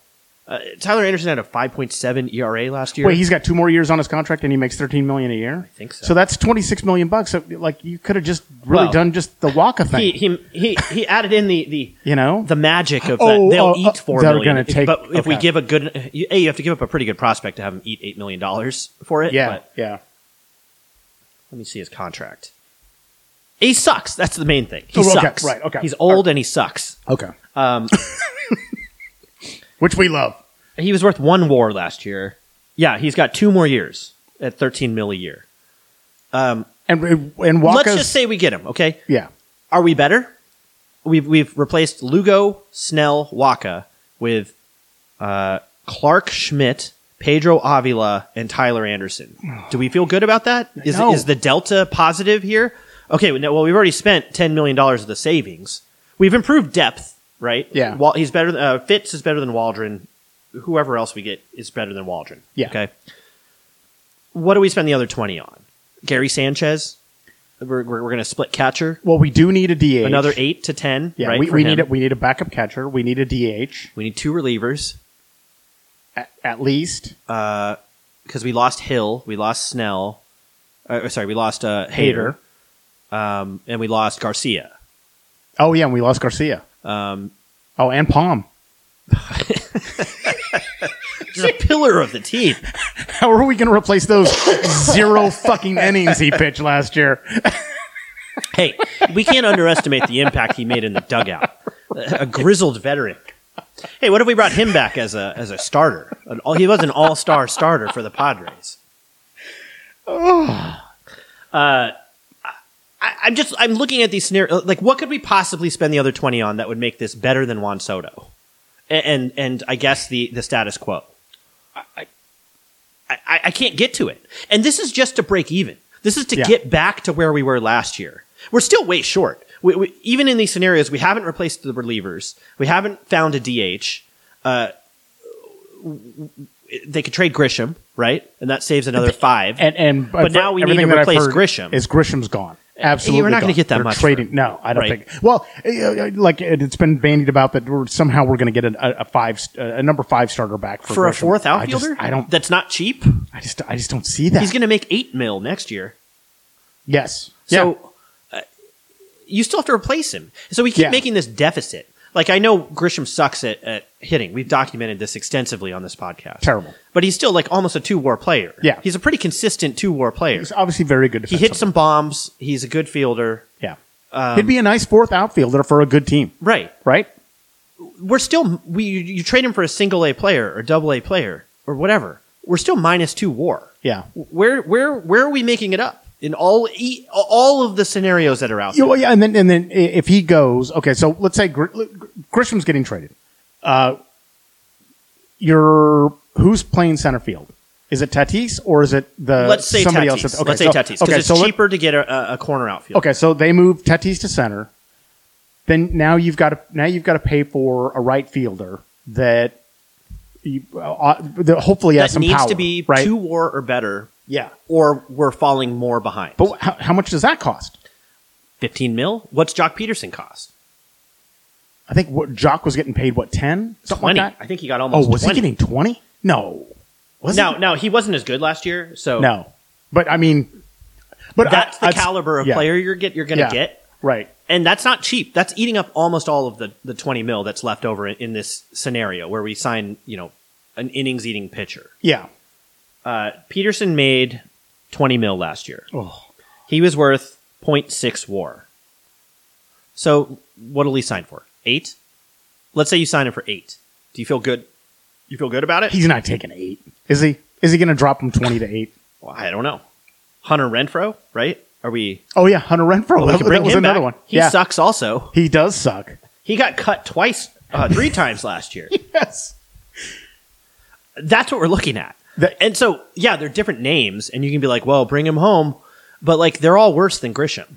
Speaker 1: Uh, Tyler Anderson had a 5.7 ERA E last year.
Speaker 2: Wait, he's got two more years on his contract, and he makes thirteen million a year. I
Speaker 1: think so.
Speaker 2: So that's twenty six million bucks. So, like you could have just really
Speaker 1: Well,
Speaker 2: done just the Waka thing.
Speaker 1: he, he, he, he added in the, the,
Speaker 2: you know,
Speaker 1: the magic of
Speaker 2: Oh,
Speaker 1: that. They'll
Speaker 2: oh,
Speaker 1: eat
Speaker 2: oh,
Speaker 1: four
Speaker 2: they're
Speaker 1: million.
Speaker 2: gonna take-
Speaker 1: but if we
Speaker 2: okay.
Speaker 1: give a good, you, a you have to give up a pretty good prospect to have him eat eight million dollars for it.
Speaker 2: yeah,
Speaker 1: But
Speaker 2: yeah.
Speaker 1: let me see his contract. He sucks. That's the main thing. He
Speaker 2: Oh, okay,
Speaker 1: sucks.
Speaker 2: right, okay.
Speaker 1: He's old and he sucks.
Speaker 2: Okay,
Speaker 1: Um,
Speaker 2: which we love.
Speaker 1: he was worth one WAR last year. Yeah, he's got two more years at thirteen mil a year.
Speaker 2: And and Waka's
Speaker 1: Let's just say we get him. Okay,
Speaker 2: yeah.
Speaker 1: are we better? We've we've replaced Lugo, Snell, Waka with uh, Clark Schmidt, Pedro Avila, and Tyler Anderson. Do we feel good about that? Is
Speaker 2: No.
Speaker 1: is the delta positive here? Okay, no, well we've already spent ten million dollars of the savings. We've improved depth, right?
Speaker 2: Yeah.
Speaker 1: Wal- he's better. Than, uh, Fitz is better than Waldron. Whoever else we get is better than Waldron.
Speaker 2: Yeah.
Speaker 1: Okay. What do we spend the other twenty on? Gary Sanchez. We're, we're, we're going to split catcher
Speaker 2: Well, we do need a DH.
Speaker 1: another eight to ten.
Speaker 2: Yeah,
Speaker 1: right,
Speaker 2: we,
Speaker 1: for
Speaker 2: we
Speaker 1: him.
Speaker 2: need a, we need a backup catcher. We need a DH
Speaker 1: We need two relievers
Speaker 2: at, at least.
Speaker 1: because we lost Hill, we lost Snell, uh, sorry, we lost uh, Hader,
Speaker 2: Hader.
Speaker 1: um, and we lost Garcia.
Speaker 2: Oh yeah, and we lost Garcia.
Speaker 1: Um,
Speaker 2: Oh, and Palm.
Speaker 1: just a pillar of the team.
Speaker 2: How are we going to replace those zero fucking innings he pitched last year?
Speaker 1: Hey, we can't underestimate the impact he made in the dugout. A grizzled veteran. Hey, what if we brought him back as a as a starter? An all, he was an all star starter for the Padres. uh, I, I'm just I'm looking at these scenarios. Like, what could we possibly spend the other twenty on that would make this better than Juan Soto? A- And and, I guess the the status quo. I, I, I can't get to it. And this is just to break even. This is to
Speaker 2: Yeah.
Speaker 1: get back to where we were last year. We're still way short. We, we, even in these scenarios, we haven't replaced the relievers. We haven't found a DH. Uh, they could trade Grisham, right? And that saves another five.
Speaker 2: And and
Speaker 1: But now we need
Speaker 2: everything
Speaker 1: to
Speaker 2: that I've
Speaker 1: replace
Speaker 2: heard
Speaker 1: Grisham.
Speaker 2: Is Grisham's gone? Absolutely,
Speaker 1: We're not gonna
Speaker 2: going to
Speaker 1: get that much for
Speaker 2: Trading?
Speaker 1: him.
Speaker 2: No, I don't
Speaker 1: Right.
Speaker 2: think. Well, uh, uh, like it- it's been bandied about that we're, somehow we're going to get a, a five, a number five starter back for,
Speaker 1: for a
Speaker 2: Grisham.
Speaker 1: fourth
Speaker 2: I just-
Speaker 1: outfielder,
Speaker 2: I, don't.
Speaker 1: That's not cheap.
Speaker 2: I just. I just don't see that.
Speaker 1: He's going to make eight mil next year.
Speaker 2: yes.
Speaker 1: So
Speaker 2: yeah.
Speaker 1: uh, you still have to replace him. So we keep
Speaker 2: Yeah.
Speaker 1: making this deficit. Like I know Grisham sucks at, at hitting. We've documented this extensively on this podcast.
Speaker 2: Terrible.
Speaker 1: But he's still like almost a two war player.
Speaker 2: Yeah.
Speaker 1: He's a pretty consistent two war player.
Speaker 2: he's obviously very good.
Speaker 1: He hits some bombs. He's a good fielder.
Speaker 2: Yeah.
Speaker 1: um,
Speaker 2: He'd be a nice fourth outfielder for a good team,
Speaker 1: Right.
Speaker 2: right?
Speaker 1: We're still we you, you trade him for a single A player or double A player or whatever. We're still minus two war.
Speaker 2: Yeah.
Speaker 1: Where where where are we making it up in all e- all of the scenarios that are out
Speaker 2: Yeah,
Speaker 1: there?
Speaker 2: well, yeah, and then and then i- if he goes, okay, so let's say Gr- Gr- Grisham's getting traded. Uh, you're who's playing center field? Is it Tatis or is it the
Speaker 1: Uh, Let's say
Speaker 2: somebody
Speaker 1: Tatis.
Speaker 2: else? that's-
Speaker 1: Let's say
Speaker 2: so-
Speaker 1: Tatis because
Speaker 2: Okay,
Speaker 1: it's
Speaker 2: so let-
Speaker 1: cheaper to get a, a- a corner outfield.
Speaker 2: okay, so they move Tatis to center. then now you've got to now you've got to pay for a right fielder that you, uh, that hopefully has
Speaker 1: that
Speaker 2: some
Speaker 1: needs
Speaker 2: power,
Speaker 1: to be
Speaker 2: right.
Speaker 1: two war or better,
Speaker 2: yeah,
Speaker 1: or we're falling more behind.
Speaker 2: but how, how much does that cost?
Speaker 1: 15 mil? What's Jock Peterson cost?
Speaker 2: I think what Jock was getting paid what ten something
Speaker 1: 20.
Speaker 2: like that.
Speaker 1: I think he got
Speaker 2: Oh,
Speaker 1: almost
Speaker 2: was
Speaker 1: 20.
Speaker 2: he getting twenty? No, was
Speaker 1: No,
Speaker 2: he?
Speaker 1: no, he wasn't as good last year, so
Speaker 2: no. But I mean, but I-
Speaker 1: that's the
Speaker 2: I'd-
Speaker 1: caliber of
Speaker 2: yeah,
Speaker 1: player you're get you're going to
Speaker 2: Yeah.
Speaker 1: get.
Speaker 2: right?
Speaker 1: And that's not cheap. That's eating up almost all of the, the 20 mil that's left over in, in this scenario where we sign, you know, an innings eating pitcher.
Speaker 2: Yeah.
Speaker 1: Uh, Peterson made 20 mil last year.
Speaker 2: Oh,
Speaker 1: He was worth 0.6 war. So what'll he sign for? Eight? Let's say you sign him for eight. Do you feel good? You feel good about it?
Speaker 2: he's not taking eight, is he? Is he going to drop him twenty to eight?
Speaker 1: Well, I don't know. Hunter Renfro, right? Are we?
Speaker 2: Oh yeah, Hunter Renfro.
Speaker 1: we
Speaker 2: that,
Speaker 1: can bring
Speaker 2: that was
Speaker 1: him
Speaker 2: another
Speaker 1: back.
Speaker 2: one.
Speaker 1: He
Speaker 2: yeah,
Speaker 1: sucks. Also,
Speaker 2: he does suck.
Speaker 1: he got cut twice, uh, three times last year.
Speaker 2: Yes.
Speaker 1: That's what we're looking at.
Speaker 2: That-
Speaker 1: and so, yeah, they're different names, and you can be like, "Well, bring him home," but like they're all worse than Grisham.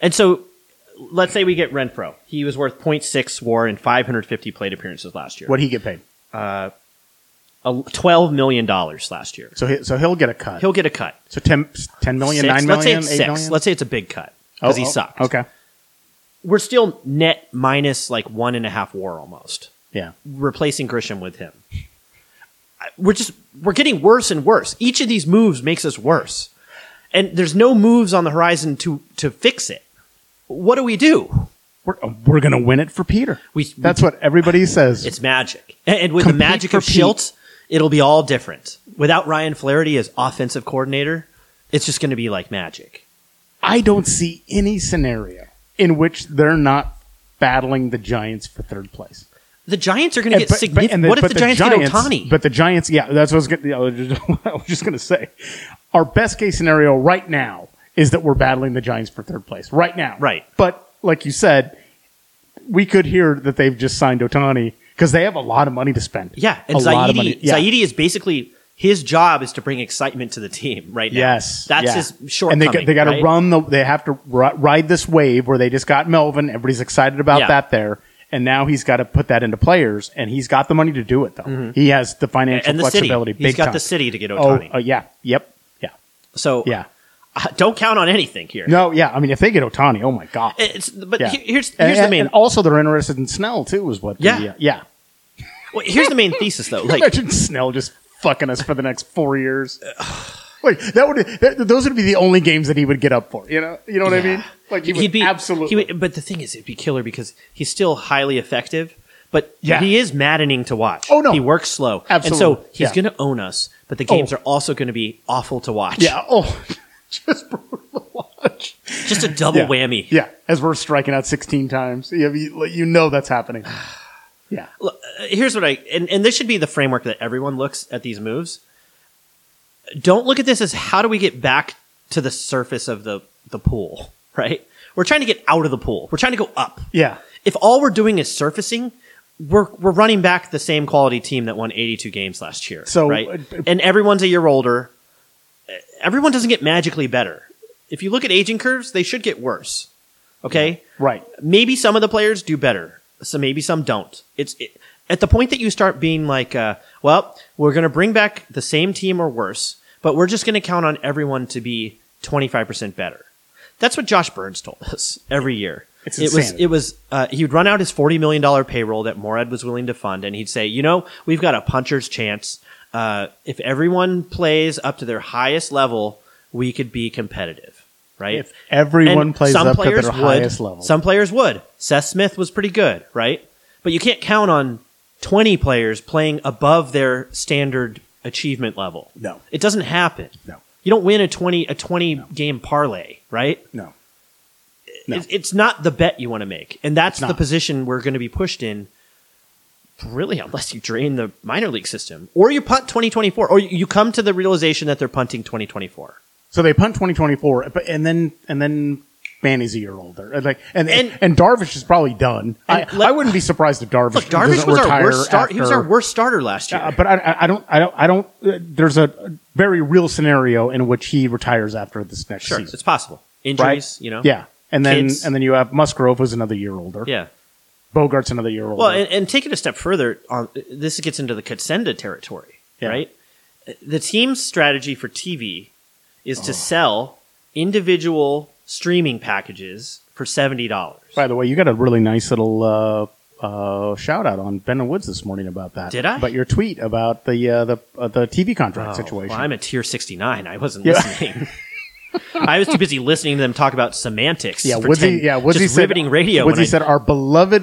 Speaker 1: And so, let's say we get Renfro. He was worth 0.6 WAR in 550 plate appearances last year.
Speaker 2: What he get paid?
Speaker 1: A- Twelve million dollars last year.
Speaker 2: So he, so he'll get a cut.
Speaker 1: He'll get a cut.
Speaker 2: so 10, 10 million,
Speaker 1: Six.
Speaker 2: 9
Speaker 1: Let's say
Speaker 2: million,
Speaker 1: it's
Speaker 2: 8
Speaker 1: six.
Speaker 2: million?
Speaker 1: Let's say it's a big cut because he
Speaker 2: oh,
Speaker 1: sucked.
Speaker 2: Okay.
Speaker 1: we're still net minus like one and a half war almost
Speaker 2: Yeah.
Speaker 1: replacing grisham with him I- we're just we're getting worse and worse each of these moves makes us worse and there's no moves on the horizon to to fix it what do we do
Speaker 2: We're, we're going to win it for Peter.
Speaker 1: We-
Speaker 2: That's what everybody says.
Speaker 1: it's magic and, and with the
Speaker 2: Compete
Speaker 1: magic
Speaker 2: for
Speaker 1: of Schilt, it'll be all different without ryan flaherty as offensive coordinator it's just going to be like magic
Speaker 2: I don't see any scenario in which they're not battling the Giants for third place.
Speaker 1: the giants are going to
Speaker 2: And-
Speaker 1: get significant
Speaker 2: the-
Speaker 1: what if
Speaker 2: but
Speaker 1: the, giants, get otani
Speaker 2: But the Giants, yeah, that's what I was, gonna, I was just, I was just going to say. Our best case scenario right now is that we're battling the Giants for third place right now.
Speaker 1: Right.
Speaker 2: But like you said, we could hear that they've just signed Otani because they have a lot of money to spend.
Speaker 1: Yeah, and
Speaker 2: a lot of
Speaker 1: Zaidi,
Speaker 2: money. Yeah.
Speaker 1: Zaidi is basically his job is to bring excitement to the team right now.
Speaker 2: Yes,
Speaker 1: that's
Speaker 2: yeah.
Speaker 1: his shortcoming.
Speaker 2: And they, got- they got to
Speaker 1: right?
Speaker 2: run the. They have to ri- ride this wave where they just got Melvin. Everybody's excited about
Speaker 1: Yeah.
Speaker 2: that there, and now he's got to put that into players, and he's got the money to do it though. He has the financial
Speaker 1: Mm-hmm. and the city.
Speaker 2: flexibility. big
Speaker 1: He's got
Speaker 2: time.
Speaker 1: the city to get
Speaker 2: Oh,
Speaker 1: Otani.
Speaker 2: uh, yeah. Yep. Yeah.
Speaker 1: so
Speaker 2: Yeah.
Speaker 1: uh, don't count on anything here.
Speaker 2: No. Yeah. I mean, if they get Otani, oh my god.
Speaker 1: It's, but
Speaker 2: yeah.
Speaker 1: he- here's here's
Speaker 2: And-
Speaker 1: the
Speaker 2: and-
Speaker 1: main
Speaker 2: And also, they're interested in Snell too. Is what? the,
Speaker 1: Yeah.
Speaker 2: uh, yeah.
Speaker 1: well, here's the main thesis though. Like
Speaker 2: Imagine Snell just fucking us for the next four years. Like that would that, those would be the only games that he would get up for. You know, you know what I mean? Like he would
Speaker 1: he'd be
Speaker 2: absolutely.
Speaker 1: he would- but the thing is, it'd be killer because he's still highly effective. But
Speaker 2: Yeah.
Speaker 1: he is maddening to watch.
Speaker 2: Oh, no.
Speaker 1: he works slow, and so
Speaker 2: Absolutely.
Speaker 1: he's
Speaker 2: Yeah. Oh.
Speaker 1: going to own us. But the games are also going to be awful to watch.
Speaker 2: yeah. Oh, just brutal to watch.
Speaker 1: just a double
Speaker 2: Yeah.
Speaker 1: whammy.
Speaker 2: Yeah, as we're striking out sixteen times, you, you you know that's happening. Yeah.
Speaker 1: Look, uh, here's what I and, and this should be the framework that everyone looks at these moves. Don't look at this as how do we get back to the surface of the the pool, right? We're trying to get out of the pool. We're trying to go up.
Speaker 2: Yeah.
Speaker 1: If all we're doing is surfacing, we're we're running back the same quality team that won 82 games last year.
Speaker 2: So,
Speaker 1: right,
Speaker 2: uh,
Speaker 1: and everyone's a year older. Uh, Everyone doesn't get magically better. If you look at aging curves, they should get worse. Okay,
Speaker 2: Right.
Speaker 1: maybe some of the players do better. So maybe some don't. It's it, at the point that you start being like, uh, well, we're going to bring back the same team or worse, but we're just going to count on everyone to be 25% better. That's what Josh Burns told us every year.
Speaker 2: It's
Speaker 1: it was
Speaker 2: insanity.
Speaker 1: it was uh, he would run out his forty million dollar payroll that Morad was willing to fund, and he'd say, you know, we've got a puncher's chance. Uh, if everyone plays up to their highest level, we could be competitive, right?
Speaker 2: If everyone
Speaker 1: And
Speaker 2: plays
Speaker 1: some
Speaker 2: up to their
Speaker 1: players would,
Speaker 2: highest level.
Speaker 1: Some players would. Seth Smith was pretty good, right? But you can't count on 20 players playing above their standard achievement level.
Speaker 2: No.
Speaker 1: It doesn't happen.
Speaker 2: No.
Speaker 1: You don't win a 20 a 20 game parlay, right?
Speaker 2: No. No.
Speaker 1: It's- It's not the bet you want to make. And that's the
Speaker 2: not.
Speaker 1: position we're going to be pushed in really unless you drain the minor league system or you punt 2024 or you- you come to the realization that they're punting 2024.
Speaker 2: So they punt twenty twenty four, but and then and then Manny's a year older, and like and and,
Speaker 1: And-
Speaker 2: Darvish is probably done. I,
Speaker 1: And let-
Speaker 2: I wouldn't be surprised if Darvish
Speaker 1: Look, Darvish
Speaker 2: doesn't
Speaker 1: was our
Speaker 2: retire
Speaker 1: worst start. He was
Speaker 2: after-
Speaker 1: our worst starter last year.
Speaker 2: Uh, but I- I, I don't, I don't, I don't. Uh, there's a very real scenario in which he retires after this next
Speaker 1: Sure,
Speaker 2: season,
Speaker 1: it's possible. Injuries,
Speaker 2: right?
Speaker 1: you know.
Speaker 2: yeah. and then
Speaker 1: Kids.
Speaker 2: and then you have Musgrove, who's another year older.
Speaker 1: Yeah.
Speaker 2: Bogart's another year older.
Speaker 1: Well, and, and take it a step further. On this gets into the Katsenda territory,
Speaker 2: Yeah.
Speaker 1: right? The team's strategy for TV is to sell individual streaming packages for seventy dollars.
Speaker 2: By the way, you got a really nice little uh, uh, shout out on Ben and Woods this morning about that.
Speaker 1: Did I? Oh,
Speaker 2: But your tweet about the uh, the uh, the TV contract situation.
Speaker 1: Well, I'm a tier sixty nine. I wasn't
Speaker 2: Yeah.
Speaker 1: listening. I was too busy listening to them talk about semantics.
Speaker 2: yeah,
Speaker 1: for
Speaker 2: Woodsy.
Speaker 1: 10
Speaker 2: yeah, Woodsy
Speaker 1: just
Speaker 2: said,
Speaker 1: riveting radio.
Speaker 2: Woodsy
Speaker 1: when I-
Speaker 2: said our beloved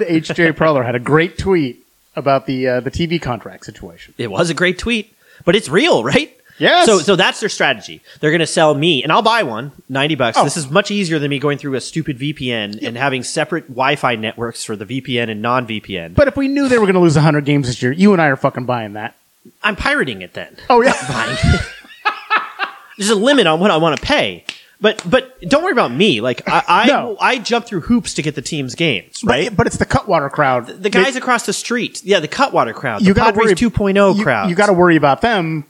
Speaker 2: HJ Preller had a great tweet about the uh, the TV contract situation.
Speaker 1: it was a great tweet, but it's real, right?
Speaker 2: Yes.
Speaker 1: So, so that's their strategy. They're going to sell me, and I'll buy one, ninety bucks.
Speaker 2: Oh.
Speaker 1: This is much easier than me going through a stupid VPN and having separate Wi-Fi networks for the VPN and non-VPN.
Speaker 2: But if we knew they were going to lose 100 games this year, you and I are fucking buying that.
Speaker 1: I'm pirating it then.
Speaker 2: Oh yeah,
Speaker 1: There's a limit on what I want to pay. But but don't worry about me. Like I I,
Speaker 2: No.
Speaker 1: I jump through hoops to get the team's games.
Speaker 2: right. But it's the Cutwater crowd.
Speaker 1: The guys across the street, yeah, the Cutwater crowd, the
Speaker 2: you got to
Speaker 1: Padres
Speaker 2: worry
Speaker 1: 2.0
Speaker 2: you-
Speaker 1: crowd.
Speaker 2: You got to worry about them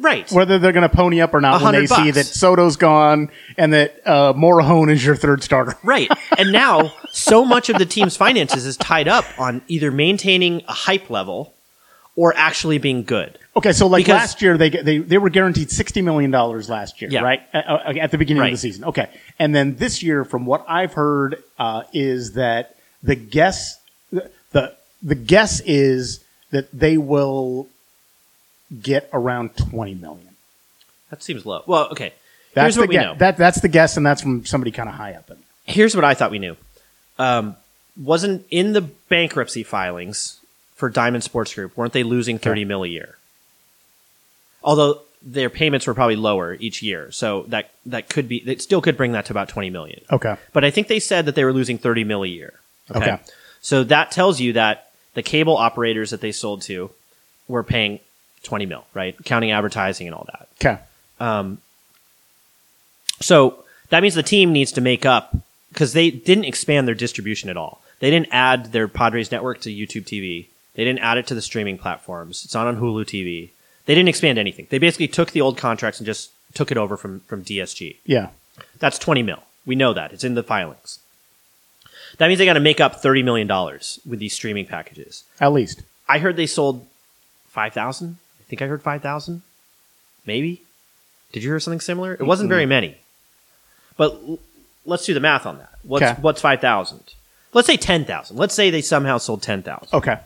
Speaker 1: right.
Speaker 2: whether they're going to pony up or not when they
Speaker 1: 100
Speaker 2: see
Speaker 1: bucks.
Speaker 2: that Soto's gone and that uh, Morahone is your third starter.
Speaker 1: Right. And now so much of the team's finances is tied up on either maintaining a hype level or actually being good.
Speaker 2: Okay, so like
Speaker 1: Because-
Speaker 2: last year, they they they were guaranteed sixty million dollars last year,
Speaker 1: Yeah.
Speaker 2: right? Uh, uh, At the beginning of the
Speaker 1: Right.
Speaker 2: season. Okay, and then this year, from what I've heard, uh, is that the guess the the guess is that they will get around twenty million.
Speaker 1: That seems low. Well, okay.
Speaker 2: That's
Speaker 1: Here's what
Speaker 2: the
Speaker 1: we
Speaker 2: guess.
Speaker 1: know.
Speaker 2: That that's the guess, and that's from somebody kind of high up. In.
Speaker 1: Here's what I thought we knew. Um, wasn't in the bankruptcy filings for Diamond Sports Group, weren't they losing 30 mil a year? Although their payments were probably lower each year. So that that could be it still could bring that to about 20 million.
Speaker 2: Okay,
Speaker 1: But I think they said that they were losing 30 mil a year.
Speaker 2: Okay.
Speaker 1: So that tells you that the cable operators that they sold to were paying 20 mil, right? Counting advertising and all that.
Speaker 2: okay,
Speaker 1: So that means the team needs to make up because they didn't expand their distribution at all. They didn't add their Padres network to YouTube TV. They didn't add it to the streaming platforms. It's not on Hulu TV. They didn't expand anything. They basically took the old contracts and just took it over from, from DSG.
Speaker 2: yeah,
Speaker 1: That's 20 mil. We know that. It's in the filings. That means they got to make up $30 million with these streaming packages.
Speaker 2: at least.
Speaker 1: I heard they sold 5,000. I think I heard 5,000. Maybe. Did you hear something similar? It wasn't very many. But l- let's do the math on that. What's,
Speaker 2: Okay.
Speaker 1: what's 5,000? Let's say 10,000. Let's say they somehow sold 10,000
Speaker 2: Okay,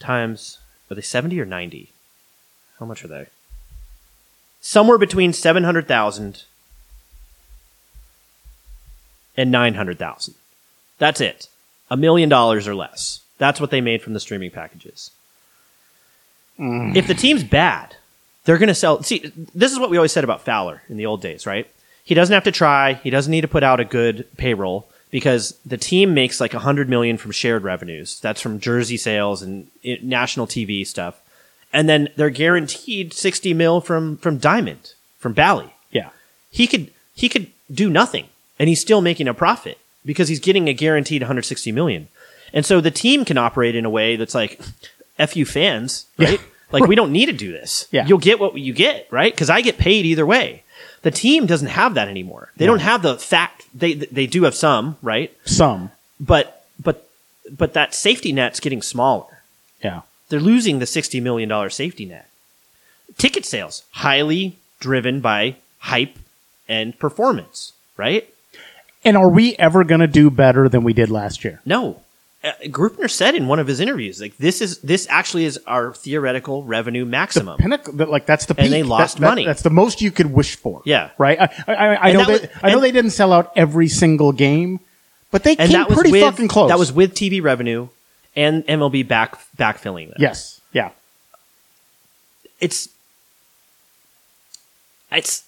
Speaker 1: times, are they 70 or 90? How much are they? Somewhere between 700,000 and 900,000. That's it. A million dollars or less. That's what they made from the streaming packages. If the team's bad, they're going to sell. See, this is what we always said about Fowler in the old days, right? He doesn't have to try. He doesn't need to put out a good payroll because the team makes like 100 million from shared revenues. That's from jersey sales and eh, national TV stuff. And then they're guaranteed 60 mil from from Diamond, from Bally
Speaker 2: yeah,
Speaker 1: he could he could do nothing and he's still making a profit because he's getting a guaranteed 160 million. And so the team can operate in a way that's like F you fans, right? Like we don't need to do this.
Speaker 2: Yeah.
Speaker 1: You'll get what you get, right? Cuz I get paid either way. The team doesn't have that anymore. They don't have the fact they they do have some, right?
Speaker 2: some,
Speaker 1: But but but that safety net's getting smaller
Speaker 2: yeah,
Speaker 1: they're losing the $60 million safety net. Ticket sales, highly driven by hype and performance, right?
Speaker 2: And are we ever going to do better than we did last year?
Speaker 1: No. Uh, Grupner said in one of his interviews, like this is this actually is our theoretical revenue maximum.
Speaker 2: Pinnacle, that- like that's the peak.
Speaker 1: And they
Speaker 2: That-
Speaker 1: lost
Speaker 2: that-
Speaker 1: money.
Speaker 2: That's the most you could wish for.
Speaker 1: Yeah.
Speaker 2: right. I, I, I, I
Speaker 1: And
Speaker 2: know
Speaker 1: that
Speaker 2: they,
Speaker 1: was-
Speaker 2: I know
Speaker 1: and-
Speaker 2: they didn't sell out every single game, but they
Speaker 1: and
Speaker 2: came
Speaker 1: that was
Speaker 2: pretty
Speaker 1: with
Speaker 2: fucking close.
Speaker 1: that was with TV revenue and MLB back backfilling that.
Speaker 2: yes, yeah.
Speaker 1: It's it's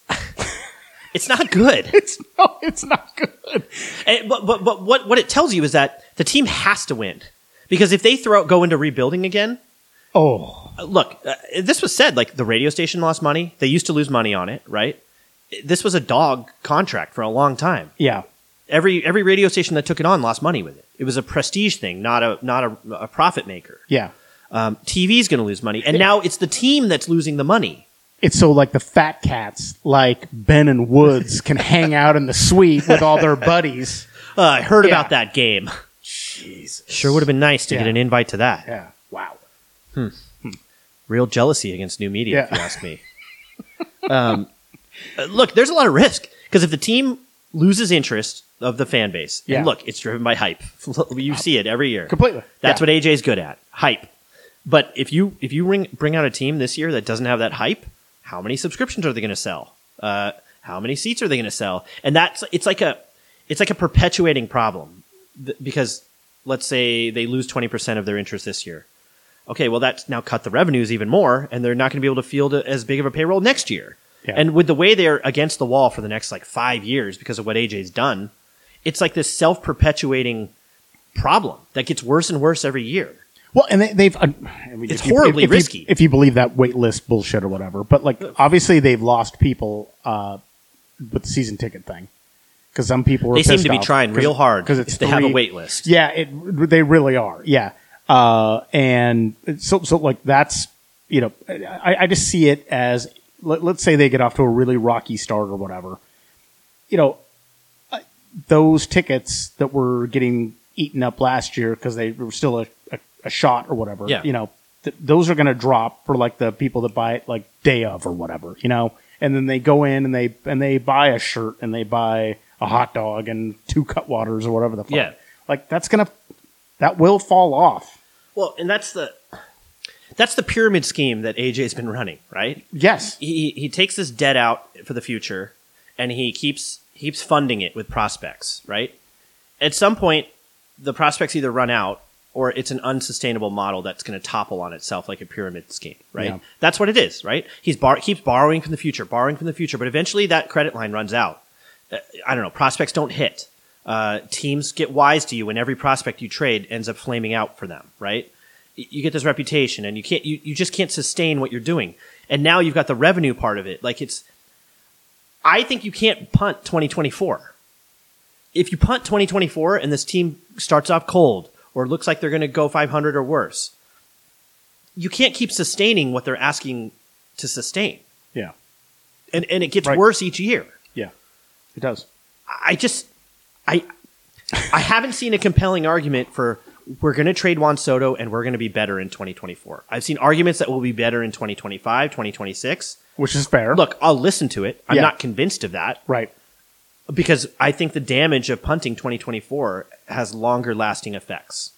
Speaker 1: it's not good.
Speaker 2: It's no, it's not good.
Speaker 1: And, but but, but what, what it tells you is that the team has to win because if they throw go into rebuilding again,
Speaker 2: Oh,
Speaker 1: uh, look, uh, this was said like the radio station lost money. They used to lose money on it, right? This was a dog contract for a long time.
Speaker 2: yeah,
Speaker 1: Every every radio station that took it on lost money with it. It was a prestige thing, not a not a, a profit maker.
Speaker 2: yeah.
Speaker 1: Um, TV's going to lose money, and now it's the team that's losing the money.
Speaker 2: it's so like the fat cats, like Ben and Woods, can hang out in the suite with all their buddies.
Speaker 1: Uh, I heard
Speaker 2: Yeah.
Speaker 1: about that game.
Speaker 2: Jesus.
Speaker 1: Sure would have been nice to
Speaker 2: Yeah.
Speaker 1: get an invite to that.
Speaker 2: Yeah. Wow.
Speaker 1: Real jealousy against new media, if
Speaker 2: Yeah.
Speaker 1: you ask me. um, uh, look, there's a lot of risk because if the team loses interest of the fan base,
Speaker 2: Yeah.
Speaker 1: and look, it's driven by hype. you see it every year.
Speaker 2: Completely.
Speaker 1: That's
Speaker 2: Yeah.
Speaker 1: what AJ's good at. Hype. But if you if you bring bring out a team this year that doesn't have that hype, how many subscriptions are they going to sell? Uh, how many seats are they going to sell? And that's it's like a it's like a perpetuating problem Th- because let's say they lose twenty percent of their interest this year. Okay, well that's now cut the revenues even more, and they're not going to be able to field a- as big of a payroll next year.
Speaker 2: Yeah.
Speaker 1: And with the way they're against the wall for the next like five years because of what AJ's done, it's like this self perpetuating problem that gets worse and worse every year.
Speaker 2: Well, and they, they've. uh, I mean,
Speaker 1: It's
Speaker 2: if you-
Speaker 1: horribly
Speaker 2: if you-
Speaker 1: risky.
Speaker 2: if you believe that wait list bullshit or whatever. But like, obviously, they've lost people uh, with the season ticket thing because some people were
Speaker 1: They seem
Speaker 2: pissed
Speaker 1: to be
Speaker 2: off
Speaker 1: trying
Speaker 2: 'cause-
Speaker 1: real hard
Speaker 2: because it's
Speaker 1: if they have a
Speaker 2: three-
Speaker 1: wait list.
Speaker 2: Yeah, it, they really are. Yeah, uh, and so so like that's you know I, I just see it as let, let's say they get off to a really rocky start or whatever. You know, I- those tickets that were getting eaten up last year because they were still a, a, a shot or whatever.
Speaker 1: Yeah.
Speaker 2: you know, th- those are going to drop for like the people that buy it like day of or whatever. You know. And then they go in and they and they buy a shirt and they buy a hot dog and two cut waters or whatever the fuck.
Speaker 1: Yeah.
Speaker 2: Like that's gonna that will fall off.
Speaker 1: Well, and that's the that's the pyramid scheme that AJ's been running, right?
Speaker 2: Yes.
Speaker 1: He he takes this debt out for the future and he keeps keeps funding it with prospects, right? At some point the prospects either run out or it's an unsustainable model that's going to topple on itself like a pyramid scheme, right?
Speaker 2: Yeah.
Speaker 1: That's what it is, right? He's bar- keeps borrowing from the future, borrowing from the future, but eventually that credit line runs out. Uh, I don't know. Prospects don't hit. Uh, teams get wise to you, and every prospect you trade ends up flaming out for them, right? Y- You get this reputation, and you can't. You, you just can't sustain what you're doing. And now you've got the revenue part of it. Like it's, I think you can't punt 2024 if you punt 2024 and this team starts off cold or looks like they're going to go 500 or worse, you can't keep sustaining what they're asking to sustain.
Speaker 2: Yeah.
Speaker 1: And, and it gets
Speaker 2: Right.
Speaker 1: worse each year.
Speaker 2: Yeah. It does.
Speaker 1: I just, I, I haven't seen a compelling argument for we're going to trade Juan Soto and we're going to be better in 2024. I've seen arguments that we'll be better in 2025, 2026.
Speaker 2: Which is fair.
Speaker 1: Look, I'll listen to it. I'm
Speaker 2: Yeah.
Speaker 1: not convinced of that
Speaker 2: Right.
Speaker 1: because I think the damage of punting 2024 has longer lasting effects.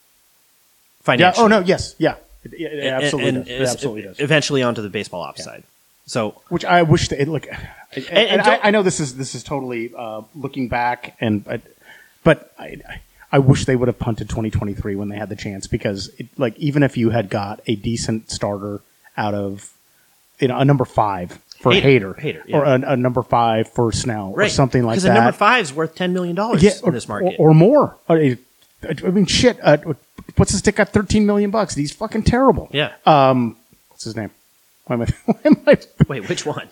Speaker 2: Yeah.
Speaker 1: Financially.
Speaker 2: Oh no, yes. Yeah. It, it- it
Speaker 1: And-
Speaker 2: absolutely
Speaker 1: and-
Speaker 2: does.
Speaker 1: and
Speaker 2: It absolutely does.
Speaker 1: Eventually onto the baseball ops side. So
Speaker 2: Which I wish that it look and, and
Speaker 1: don't-
Speaker 2: I, I know this is this is totally uh, looking back and but but I I- I wish they would have punted 2023 when they had the chance because it, like even if you had got a decent starter out of you know a number 5 for
Speaker 1: Hader.
Speaker 2: Hater,
Speaker 1: Hader, yeah.
Speaker 2: or a, a number 5 for Snell or
Speaker 1: right.
Speaker 2: something like
Speaker 1: Because
Speaker 2: that
Speaker 1: a number five's worth $10 million in this market.
Speaker 2: or, or more. Uh, I I mean, shit. Uh, what's his dick got? Thirteen million bucks. He's fucking terrible.
Speaker 1: yeah.
Speaker 2: uh, What's his name? Why am I? Why am I?
Speaker 1: Wait, which one?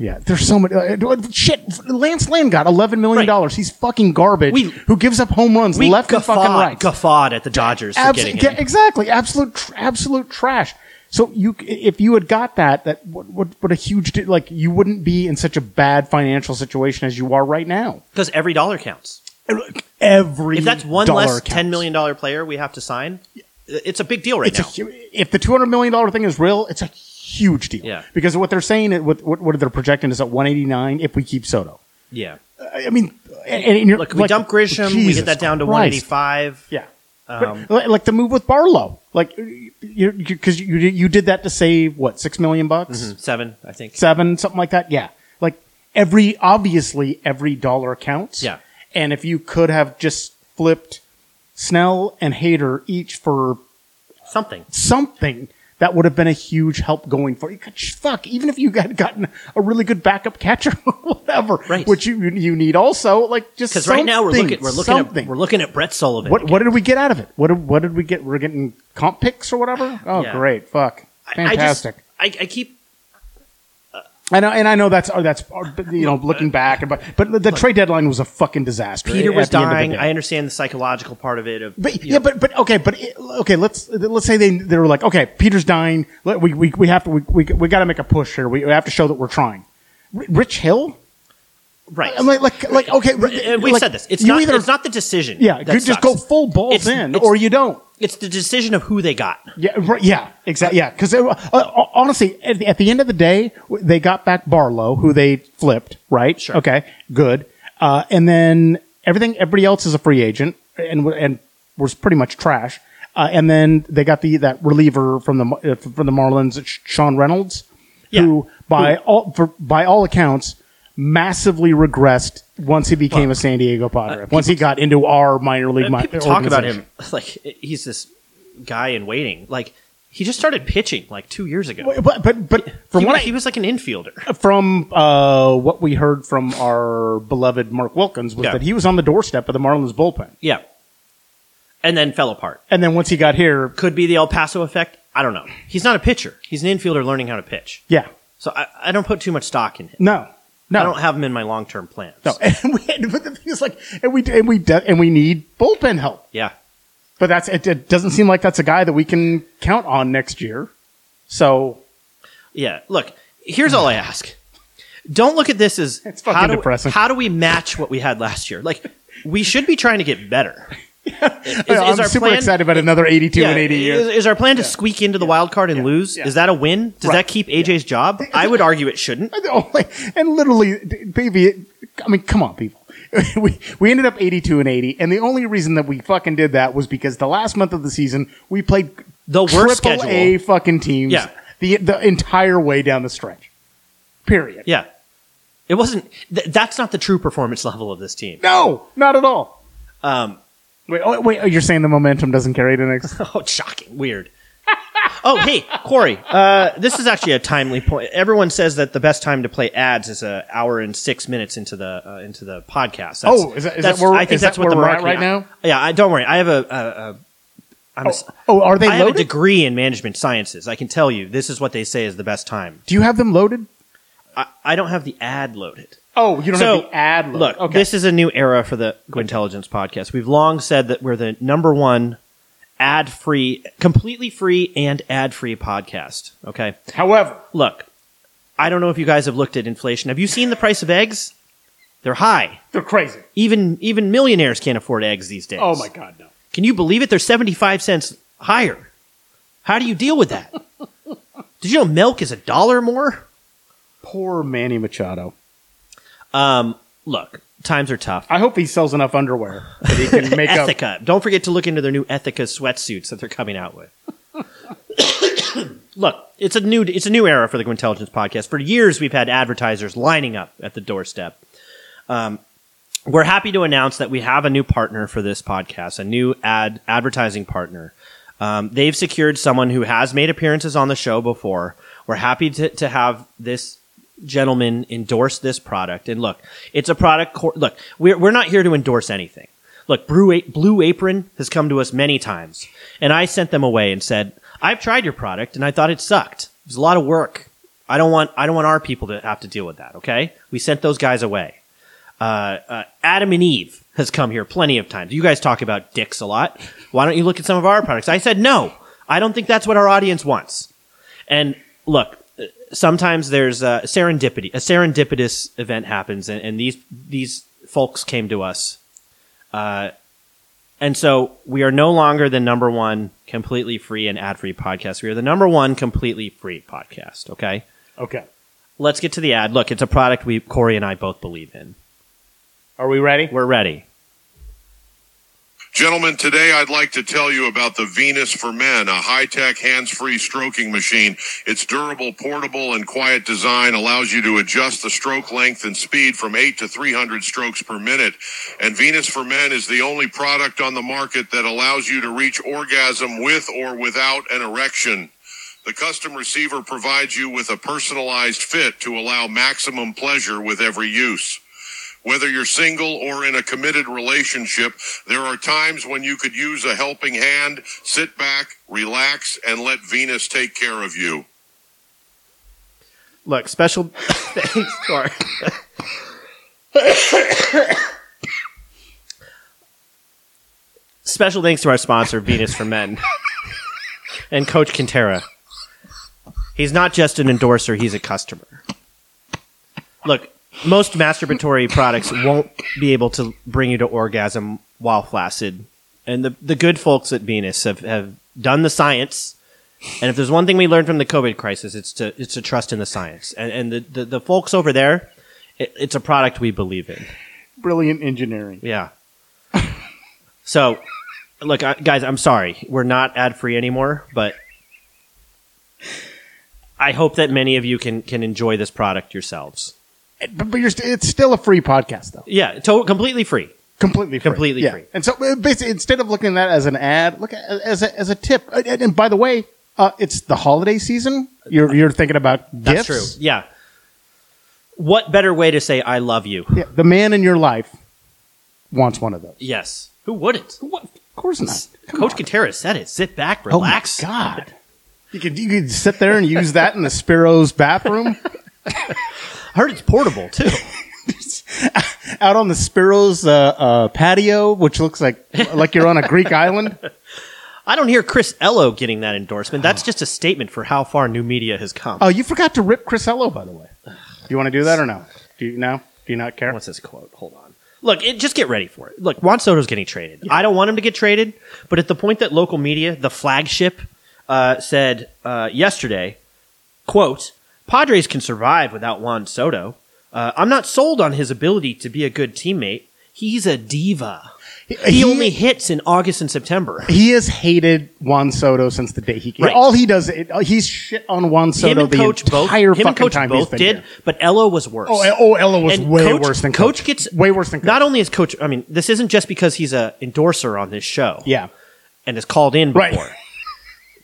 Speaker 2: Yeah, there's so much. Uh, shit, Lance Lynn got eleven million dollars.
Speaker 1: Right.
Speaker 2: He's fucking garbage.
Speaker 1: We-
Speaker 2: who gives up home runs
Speaker 1: We
Speaker 2: left
Speaker 1: guffawed,
Speaker 2: and fucking right?
Speaker 1: guffawed at the Dodgers for
Speaker 2: Abs-
Speaker 1: getting
Speaker 2: yeah,
Speaker 1: him.
Speaker 2: Exactly. Absolute, tr- absolute trash. So you, if you had got that, that what, what, what a huge, di- like you wouldn't be in such a bad financial situation as you are right now.
Speaker 1: Because every dollar counts.
Speaker 2: Every
Speaker 1: If that's one
Speaker 2: dollar
Speaker 1: less $10
Speaker 2: counts.
Speaker 1: million dollar player we have to sign, it's a big deal right
Speaker 2: it's
Speaker 1: now.
Speaker 2: a hu- if the two hundred million dollar thing is real, it's a huge deal.
Speaker 1: Yeah.
Speaker 2: Because what they're saying, it- what what, what they're projecting is at one eighty nine if we keep Soto.
Speaker 1: yeah.
Speaker 2: I I mean, and, and you're,
Speaker 1: Look, we
Speaker 2: like,
Speaker 1: dump Grisham, we
Speaker 2: Jesus
Speaker 1: get that down to
Speaker 2: Christ.
Speaker 1: 185.
Speaker 2: Yeah.
Speaker 1: Um,
Speaker 2: But, li- like the move with Barlow, like because you, you you did that to save what six million bucks,
Speaker 1: Seven, I think.
Speaker 2: seven, something like that. Yeah, like every obviously every dollar counts.
Speaker 1: Yeah.
Speaker 2: and if you could have just flipped Snell and Hader each for
Speaker 1: Something.
Speaker 2: something that would have been a huge help going for you. Could, fuck, even if you had gotten a really good backup catcher or whatever,
Speaker 1: Right.
Speaker 2: which you you need also, like just
Speaker 1: Because right now we're
Speaker 2: something,
Speaker 1: looking we're looking
Speaker 2: something.
Speaker 1: at we're looking at Brett Sullivan.
Speaker 2: what what did we get out of it? What did, what did we get? We're getting comp picks or whatever. Oh,
Speaker 1: Yeah.
Speaker 2: great, fuck,
Speaker 1: I-
Speaker 2: fantastic.
Speaker 1: I, just, I, I keep uh,
Speaker 2: I know, and I know that's oh, that's oh, but, you know looking back, but but the trade deadline was a fucking disaster.
Speaker 1: Peter
Speaker 2: at
Speaker 1: was
Speaker 2: the end of the
Speaker 1: dying.
Speaker 2: day.
Speaker 1: I understand the psychological part of it. Of
Speaker 2: But
Speaker 1: you
Speaker 2: yeah,
Speaker 1: know,
Speaker 2: but but okay, but it- okay. Let's let's say they they were like, okay, Peter's dying. Let, we, we we have to we we, we got to make a push here. We, we have to show that we're trying. R- Rich Hill,
Speaker 1: right.
Speaker 2: I'm like like like okay.
Speaker 1: And we
Speaker 2: like,
Speaker 1: Uh, said this. It's
Speaker 2: you
Speaker 1: not.
Speaker 2: either
Speaker 1: it's not the decision.
Speaker 2: yeah.
Speaker 1: that
Speaker 2: You just
Speaker 1: sucks.
Speaker 2: go full balls
Speaker 1: It's-
Speaker 2: in,
Speaker 1: it's-
Speaker 2: or you don't.
Speaker 1: It's the decision of who they got.
Speaker 2: Yeah, right, yeah, exactly. Yeah, because uh, uh, honestly, at the, at the end of the day, w- they got back Barlow, who they flipped, right?
Speaker 1: Sure.
Speaker 2: Okay, good. Uh, and then everything, everybody else is a free agent, and w- and was pretty much trash. Uh, and then they got the that reliever from the Mar- uh, from the Marlins, Sean Reynolds, who
Speaker 1: Yeah.
Speaker 2: by all for, by all accounts massively regressed once he became a San Diego Padre. once he got into our minor league, mi-
Speaker 1: Uh, People talk about
Speaker 2: organization.
Speaker 1: him like he's this guy in waiting. Like he just started pitching like two years ago.
Speaker 2: But but but from
Speaker 1: he,
Speaker 2: what
Speaker 1: was,
Speaker 2: I,
Speaker 1: he was like an infielder.
Speaker 2: from uh, what we heard from our beloved Mark Wilkins was
Speaker 1: Yeah.
Speaker 2: that he was on the doorstep of the Marlins bullpen,
Speaker 1: Yeah, and then fell apart.
Speaker 2: and then once he got here,
Speaker 1: Could be the El Paso effect. I don't know. He's not a pitcher. He's an infielder learning how to pitch.
Speaker 2: yeah,
Speaker 1: So I, I don't put too much stock in him.
Speaker 2: no, no,
Speaker 1: I don't have him in my long term plans.
Speaker 2: no. And we, and- but the thing is, like, and we and we de- and we need bullpen help,
Speaker 1: Yeah.
Speaker 2: but that's it, it. Doesn't seem like that's a guy that we can count on next year. So
Speaker 1: Yeah. Look, here's all I ask. Don't look at this as
Speaker 2: It's fucking
Speaker 1: how do,
Speaker 2: depressing.
Speaker 1: How do we match what we had last year? Like we should be trying to get better. Is, is
Speaker 2: I'm
Speaker 1: our
Speaker 2: super
Speaker 1: plan-
Speaker 2: excited about another 82
Speaker 1: yeah,
Speaker 2: and 80 years.
Speaker 1: Is, is our plan to squeak into the wild card and lose?
Speaker 2: Yeah.
Speaker 1: Is that a win? Does
Speaker 2: Right.
Speaker 1: that keep AJ's job? I would argue it shouldn't.
Speaker 2: And the only- and literally, d- baby, it- I mean, come on, people. we we ended up 82 and 80, and the only reason that we fucking did that was because the last month of the season we played
Speaker 1: The worst
Speaker 2: triple
Speaker 1: schedule.
Speaker 2: A fucking teams
Speaker 1: Yeah.
Speaker 2: the the entire way down the stretch. Period.
Speaker 1: Yeah. It wasn't. Th- that's not the true performance level of this team.
Speaker 2: No, not at all.
Speaker 1: Um,
Speaker 2: Wait, oh, wait, oh, you're saying the momentum doesn't carry to next?
Speaker 1: Oh, shocking. Weird. oh, hey, Corey. Uh, this is actually a timely point. Everyone says that the best time to play ads is an hour and six minutes into the uh, into the podcast. That's,
Speaker 2: Oh, is that- is that
Speaker 1: that's-
Speaker 2: where-
Speaker 1: I think
Speaker 2: is
Speaker 1: that's
Speaker 2: that
Speaker 1: what the
Speaker 2: where we're at
Speaker 1: marketing-
Speaker 2: right now?
Speaker 1: Yeah, I, don't worry. I have a. a, a I'm a s-
Speaker 2: Oh, are they
Speaker 1: I have a
Speaker 2: loaded?
Speaker 1: degree in management sciences. I can tell you, this is what they say is the best time.
Speaker 2: Do you have them loaded?
Speaker 1: I, I don't have the ad loaded.
Speaker 2: Oh, you don't
Speaker 1: So,
Speaker 2: have the ad loaded.
Speaker 1: Look,
Speaker 2: okay.
Speaker 1: this is a new era for the Intelligence podcast. We've long said that we're the number one ad free, completely free and ad free podcast. Okay.
Speaker 2: However,
Speaker 1: Look, I don't know if you guys have looked at inflation. Have you seen the price of eggs? They're high.
Speaker 2: they're crazy.
Speaker 1: Even even millionaires can't afford eggs these days.
Speaker 2: Oh my god, no.
Speaker 1: Can you believe it? They're 75 cents higher. How do you deal with that? Did you know milk is a dollar more?
Speaker 2: Poor Manny Machado.
Speaker 1: Um, look, times are tough.
Speaker 2: I hope he sells enough underwear that he can make up.
Speaker 1: Ethica. Don't forget to look into their new Ethica sweatsuits that they're coming out with. look, it's a new it's a new era for the Intelligence podcast. For years, we've had advertisers lining up at the doorstep. Um, we're happy to announce that we have a new partner for this podcast, a new ad advertising partner. Um, they've secured someone who has made appearances on the show before. We're happy to, to have this gentleman endorse this product. And look, it's a product. Cor- look, we're, we're not here to endorse anything. Look, Brew A- Blue Apron has come to us many times, and I sent them away and said, "I've tried your product, and I thought it sucked. It was a lot of work. I don't want I don't want our people to have to deal with that." Okay, we sent those guys away. Uh, uh, Adam and Eve has come here plenty of times. You guys talk about dicks a lot. Why don't you look at some of our products? I said no. I don't think that's what our audience wants. And look, uh, sometimes there's a serendipity. A serendipitous event happens, and, and these these folks came to us. Uh, and so we are no longer the number one completely free and ad free podcast. We are the number one completely free podcast. Okay,
Speaker 2: Okay.
Speaker 1: let's get to the ad. Look, it's a product we Corey and I both believe in.
Speaker 2: Are we ready?
Speaker 1: We're ready.
Speaker 3: Gentlemen, today I'd like to tell you about the Venus for Men, a high tech hands free stroking machine. Its durable, portable, and quiet design allows you to adjust the stroke length and speed from 8 to 300 strokes per minute. And Venus for Men is the only product on the market that allows you to reach orgasm with or without an erection. The custom receiver provides you with a personalized fit to allow maximum pleasure with every use. Whether you're single or in a committed relationship, there are times when you could use a helping hand. Sit back, relax, and let Venus take care of you.
Speaker 1: Look, special thanks. Sorry. special thanks to our sponsor, Venus for Men, and Coach Quintera. He's not just an endorser; he's a customer. Look, most masturbatory products won't be able to bring you to orgasm while flaccid, and the the good folks at Venus have, have done the science. And if there's one thing we learned from the COVID crisis, it's to it's to trust in the science. And and the the, the folks over there, it, it's a product we believe in.
Speaker 2: Brilliant engineering.
Speaker 1: Yeah. so, look, I, guys, I'm sorry we're not ad free anymore, but I hope that many of you can can enjoy this product yourselves.
Speaker 2: But, but you're st- it's still a free podcast though.
Speaker 1: Yeah, to- completely free.
Speaker 2: Completely free.
Speaker 1: Completely
Speaker 2: Yeah.
Speaker 1: free.
Speaker 2: And so uh, basically, instead of looking at that as an ad, look at as a, as a tip. And, and- and by the way, uh, it's the holiday season. You're you're thinking about
Speaker 1: Uh, That's
Speaker 2: gifts.
Speaker 1: true. Yeah. What better way to say I love you?
Speaker 2: Yeah, the man in your life wants one of those.
Speaker 1: Yes. Who wouldn't?
Speaker 2: What? Of course not. Come
Speaker 1: Coach
Speaker 2: on.
Speaker 1: Gutierrez said it. Sit back,
Speaker 2: Oh my
Speaker 1: relax.
Speaker 2: God. You could you could sit there and use that in the Sparrow's bathroom,
Speaker 1: I heard it's portable too.
Speaker 2: out on the Sparrow's uh, uh, patio, which looks like like you're on a Greek island.
Speaker 1: I don't hear Chris Ello getting that endorsement. That's just a statement for how far new media has come.
Speaker 2: Oh, you forgot to rip Chrisello, by the way. Do you want to do that or no? Do you no? Do you not care?
Speaker 1: What's this quote? Hold on. Look, it, just get ready for it. Look, Juan Soto's getting traded. I don't want him to get traded, but at the point that local media, the flagship, uh, said uh, yesterday, quote, Padres can survive without Juan Soto. Uh, I'm not sold on his ability to be a good teammate. He's a diva. He, only hits in August and September.
Speaker 2: he has hated Juan Soto since the day he came.
Speaker 1: Right.
Speaker 2: All he does, it, uh, he's shit on Juan Soto the entire
Speaker 1: him
Speaker 2: fucking
Speaker 1: and coach
Speaker 2: time he's
Speaker 1: both
Speaker 2: been
Speaker 1: did,
Speaker 2: here.
Speaker 1: but Ello was worse.
Speaker 2: Oh, oh, Ella was
Speaker 1: And
Speaker 2: way
Speaker 1: Coach-
Speaker 2: worse than
Speaker 1: Coach
Speaker 2: coach.
Speaker 1: gets-
Speaker 2: way worse than coach.
Speaker 1: Not only is coach, I mean, this isn't just because he's a endorser on this show.
Speaker 2: yeah.
Speaker 1: and is called in before.
Speaker 2: Right.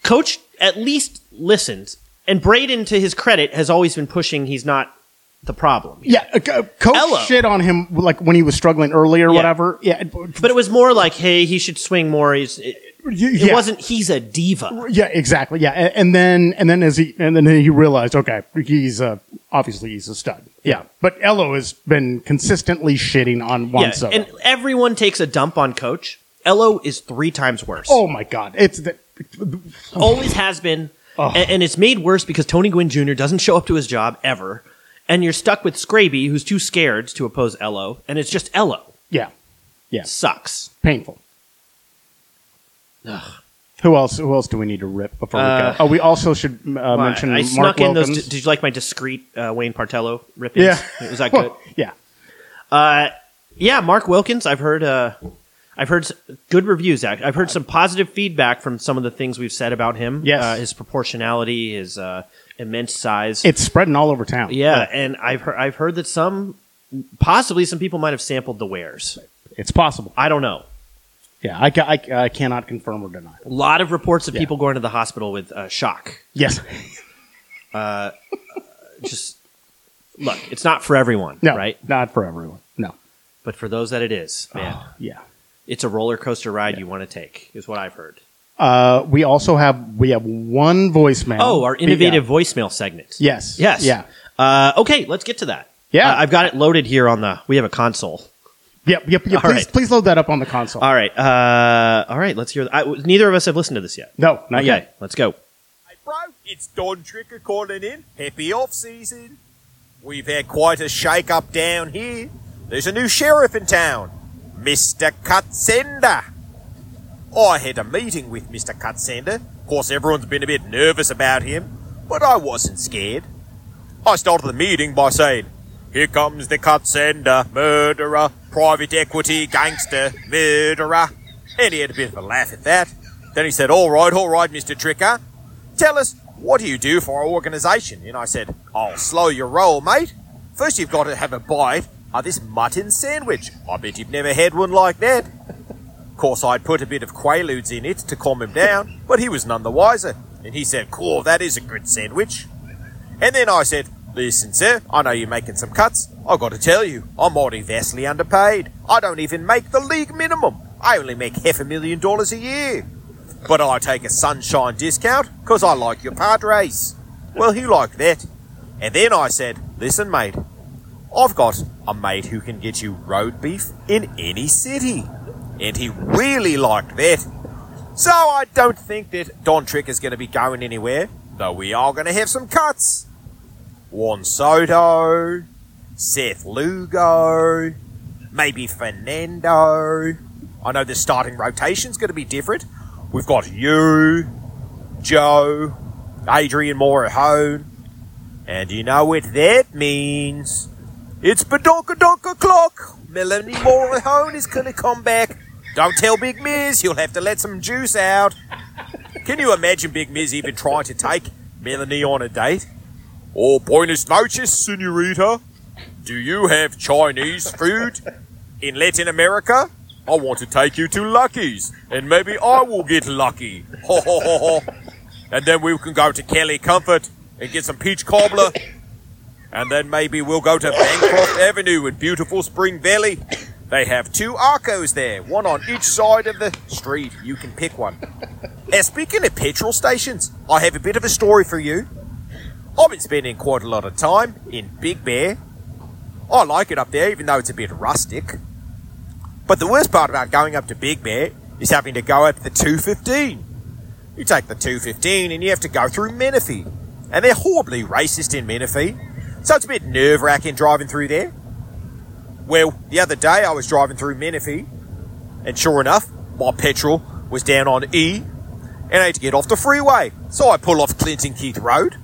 Speaker 1: Coach at least listens, and Braden, to his credit, has always been pushing. He's not the problem,
Speaker 2: Yeah, uh, co- coach
Speaker 1: Ella.
Speaker 2: shit on him like when he was struggling early or
Speaker 1: Yeah.
Speaker 2: whatever. Yeah, it-
Speaker 1: but it was more like, hey, he should swing more. He's, it,
Speaker 2: y-
Speaker 1: it
Speaker 2: yeah.
Speaker 1: wasn't. He's a diva.
Speaker 2: Yeah, exactly. Yeah, and, and then and then as he and then he realized, okay, he's uh, obviously he's a stud. Yeah, but Ello has been consistently shitting on Juan
Speaker 1: Yeah,
Speaker 2: Soto.
Speaker 1: and everyone takes a dump on Coach. Ello is three times worse.
Speaker 2: oh my god, it's the,
Speaker 1: always has been,
Speaker 2: Oh.
Speaker 1: and, and it's made worse because Tony Gwynn Jr. doesn't show up to his job ever, and you're stuck with Scraby, who's too scared to oppose Ello, and it's just Ello.
Speaker 2: yeah
Speaker 1: Sucks.
Speaker 2: painful. Who else? Who else do we need to rip before we go? Oh, we also should uh, mention
Speaker 1: I, I
Speaker 2: Mark
Speaker 1: snuck in those.
Speaker 2: Wilkins.
Speaker 1: Did, you like my discreet uh, Wayne Partello rip
Speaker 2: yeah,
Speaker 1: was that good?
Speaker 2: yeah,
Speaker 1: Uh, yeah, Mark Wilkins. I've heard. Uh, I've heard s- good reviews. act- I've heard some positive feedback from some of the things we've said about him.
Speaker 2: Yes.
Speaker 1: uh, his proportionality, his uh, immense size.
Speaker 2: it's spreading all over town.
Speaker 1: yeah, and I've heard. I've heard that some, possibly some people might have sampled the wares.
Speaker 2: it's possible.
Speaker 1: I don't know.
Speaker 2: Yeah, I, ca- I, ca- I cannot confirm or deny.
Speaker 1: A lot of reports of
Speaker 2: Yeah.
Speaker 1: people going to the hospital with uh, shock.
Speaker 2: Yes.
Speaker 1: Just look, it's not for everyone,
Speaker 2: No.
Speaker 1: right?
Speaker 2: Not for everyone. No.
Speaker 1: But for those that it is, man.
Speaker 2: Yeah.
Speaker 1: it's a roller coaster ride you want to take is what i've heard
Speaker 2: Uh, we also have we have one voicemail.
Speaker 1: oh our innovative
Speaker 2: Yeah.
Speaker 1: voicemail segment
Speaker 2: Yes.
Speaker 1: yes
Speaker 2: Yeah.
Speaker 1: uh, okay let's get to that
Speaker 2: Yeah.
Speaker 1: Uh, i've got it loaded here on the we have a console
Speaker 2: Yep. Yep. yep.
Speaker 1: All
Speaker 2: Please,
Speaker 1: right.
Speaker 2: please load that up on the console.
Speaker 1: all right uh, all right let's hear I, neither of us have listened to this yet
Speaker 2: no, not
Speaker 1: okay
Speaker 2: yet.
Speaker 1: let's go
Speaker 4: Hey bro, it's Don Tricker calling in. Happy off season. We've had quite a shake up down here. There's a new sheriff in town, Mr. Cutsender. I had a meeting with Mr. Cutsender. Of course, everyone's been a bit nervous about him, but I wasn't scared. I started the meeting by saying, Here comes the Cutsender, murderer, private equity, gangster, murderer. And he had a bit of a laugh at that. Then he said, All right, all right, Mr. Tricker tell us what do you do for our organization and i said i'll slow your roll mate first you've got to have a bite of this mutton sandwich i bet you've never had one like that of course i'd put a bit of quaaludes in it to calm him down but he was none the wiser and he said cool that is a good sandwich and then i said listen sir i know you're making some cuts i've got to tell you i'm already vastly underpaid i don't even make the league minimum i only make half a million dollars a year but I take a sunshine discount because I like your Padres. Well, he liked that.
Speaker 5: And then I said, listen, mate, I've got a mate who can get you road beef in any city. And he really liked that. So I don't think that Don Trick is going to be going anywhere, though we are going to have some cuts. Juan Soto, Seth Lugo, maybe Fernando. I know the starting rotation's going to be different. We've got you, Joe, Adrian Moore at home. And you know what that means? It's Badonka Donka Clock! Melanie Moore at home is gonna come back. Don't tell Big Miz, he'll have to let some juice out. Can you imagine Big Miz even trying to take Melanie on a date? Oh, buenas noches, senorita. Do you have Chinese food in Latin America? I want to take you to Lucky's, and maybe I will get lucky. Ho ho ho ho. And then we can go to Kelly Comfort and get some peach cobbler. And then maybe we'll go to Bancroft Avenue in beautiful Spring Valley. They have two arcos there, one on each side of the street. You can pick one. Now, speaking of petrol stations, I have a bit of a story for you. I've been spending quite a lot of time in Big Bear. I like it up there, even though it's a bit rustic. But the worst part about going up to Big Bear is having to go up the 215. You take the 215 and you have to go through Menifee. And they're horribly racist in Menifee. So it's a bit nerve wracking driving through there. Well, the other day I was driving through Menifee, and sure enough, my petrol was down on E, and I had to get off the freeway. So I pull off Clinton Keith Road,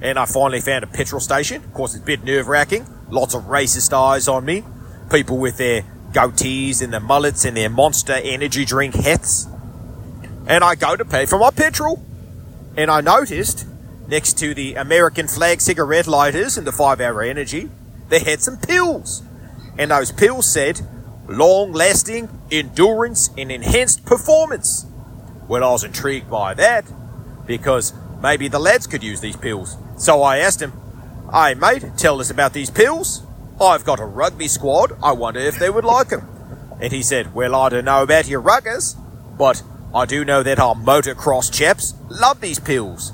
Speaker 5: and I finally found a petrol station. Of course, it's a bit nerve wracking. Lots of racist eyes on me. People with their goatees and their mullets and their monster energy drink hats. And I go to pay for my petrol, and I noticed next to the American flag cigarette lighters and the five hour energy, they had some pills. And those pills said long lasting endurance and enhanced performance. Well, I was intrigued by that because maybe the lads could use these pills. So I asked him, Hey, mate, tell us about these pills. I've got a rugby squad. I wonder if they would like them. And he said, Well, I don't know about your ruggers, but I do know that our motocross chaps love these pills.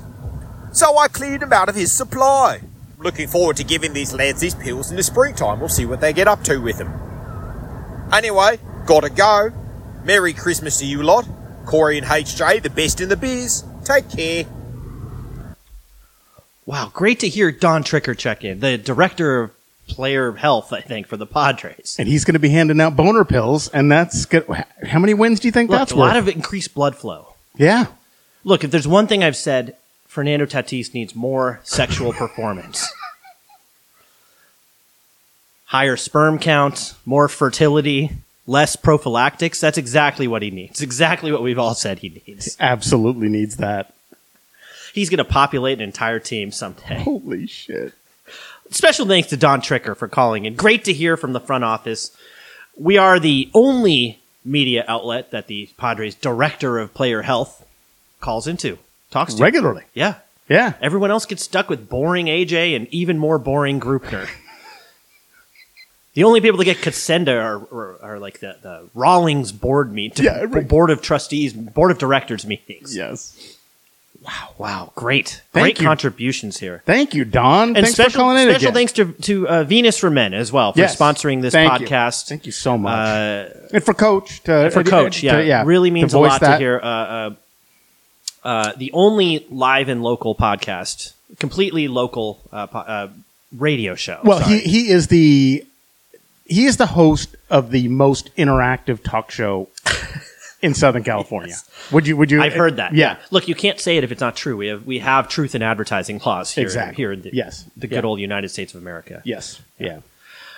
Speaker 5: So I cleared him out of his supply. Looking forward to giving these lads these pills in the springtime. We'll see what they get up to with them. Anyway, gotta go. Merry Christmas to you lot. Corey and HJ, the best in the biz. Take care.
Speaker 1: Wow, great to hear Don Tricker check in, the director of player health, I think, for the Padres.
Speaker 2: And he's going to be handing out boner pills, and that's good. How many wins do you think
Speaker 1: Look,
Speaker 2: that's
Speaker 1: a lot of
Speaker 2: worth?
Speaker 1: increased blood flow.
Speaker 2: yeah,
Speaker 1: Look, if there's one thing I've said, Fernando Tatis needs more sexual performance. Higher sperm count, more fertility, less prophylactics. That's exactly what he needs. Exactly what we've all said he needs.
Speaker 2: absolutely needs that.
Speaker 1: He's going to populate an entire team someday.
Speaker 2: Holy shit!
Speaker 1: Special thanks to Don Tricker for calling in. Great to hear from the front office. We are the only media outlet that the Padres director of player health calls into, talks to.
Speaker 2: Regularly,
Speaker 1: Yeah.
Speaker 2: yeah.
Speaker 1: Everyone else gets stuck with boring AJ and even more boring Grupner. the only people that get Katsenda are, are, are like the, the Rawlings board meet,
Speaker 2: Yeah, right.
Speaker 1: board of trustees, board of directors meetings.
Speaker 2: Yes.
Speaker 1: Wow, great,
Speaker 2: Thank
Speaker 1: great
Speaker 2: you.
Speaker 1: contributions here.
Speaker 2: Thank you, Don.
Speaker 1: And
Speaker 2: Thanks
Speaker 1: special,
Speaker 2: for calling in
Speaker 1: special
Speaker 2: again.
Speaker 1: thanks to, to uh, Venus for Men as well for
Speaker 2: Yes.
Speaker 1: sponsoring this
Speaker 2: Thank you.
Speaker 1: podcast.
Speaker 2: Thank you so much.
Speaker 1: Uh,
Speaker 2: and for Coach to
Speaker 1: for
Speaker 2: to-
Speaker 1: Coach,
Speaker 2: to-
Speaker 1: yeah, really
Speaker 2: to
Speaker 1: means a
Speaker 2: voice
Speaker 1: lot to
Speaker 2: that.
Speaker 1: hear. Uh, uh, uh, the only live and local podcast, completely local uh, po- uh, radio show.
Speaker 2: Well,
Speaker 1: Sorry.
Speaker 2: he, he is the he is the host of the most interactive talk show in Southern California. Would you? Would you?
Speaker 1: I've heard that.
Speaker 2: Yeah.
Speaker 1: Look, you can't say it if it's not true. We have we have truth in advertising laws here,
Speaker 2: Exactly.
Speaker 1: here in the,
Speaker 2: Yes.
Speaker 1: the good
Speaker 2: Yeah.
Speaker 1: old United States of America.
Speaker 2: Yes. Yeah.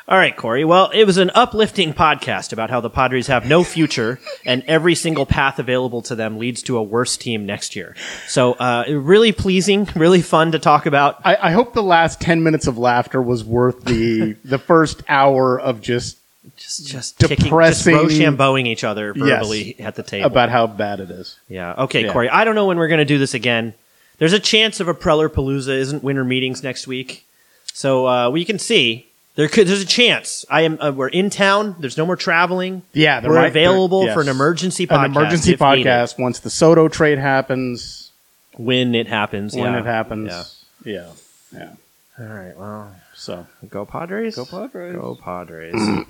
Speaker 1: All right, Corey. Well, it was an uplifting podcast about how the Padres have no future and every single path available to them leads to a worse team next year. So, uh, really pleasing, really fun to talk about.
Speaker 2: I, I hope the last ten minutes of laughter was worth the the first hour of just
Speaker 1: Just, just kicking, just
Speaker 2: Depressing-
Speaker 1: rochambeauing each other verbally at the table.
Speaker 2: about how bad it is.
Speaker 1: Yeah. Okay,
Speaker 2: Yeah.
Speaker 1: Corey. I don't know when we're going to do this again. There's a chance of a Preller Palooza isn't winter meetings next week, so uh, we can see there could there's a chance. I am uh, we're in town. There's no more traveling.
Speaker 2: Yeah, there
Speaker 1: we're
Speaker 2: might- there-
Speaker 1: available
Speaker 2: yes.
Speaker 1: for an emergency podcast.
Speaker 2: An emergency
Speaker 1: if needed.
Speaker 2: podcast once the Soto trade happens,
Speaker 1: when it happens.
Speaker 2: when
Speaker 1: yeah.
Speaker 2: it happens.
Speaker 1: Yeah.
Speaker 2: Yeah. Yeah.
Speaker 1: All right. Well,
Speaker 2: So
Speaker 1: go Padres.
Speaker 6: Padres.
Speaker 1: Go Padres.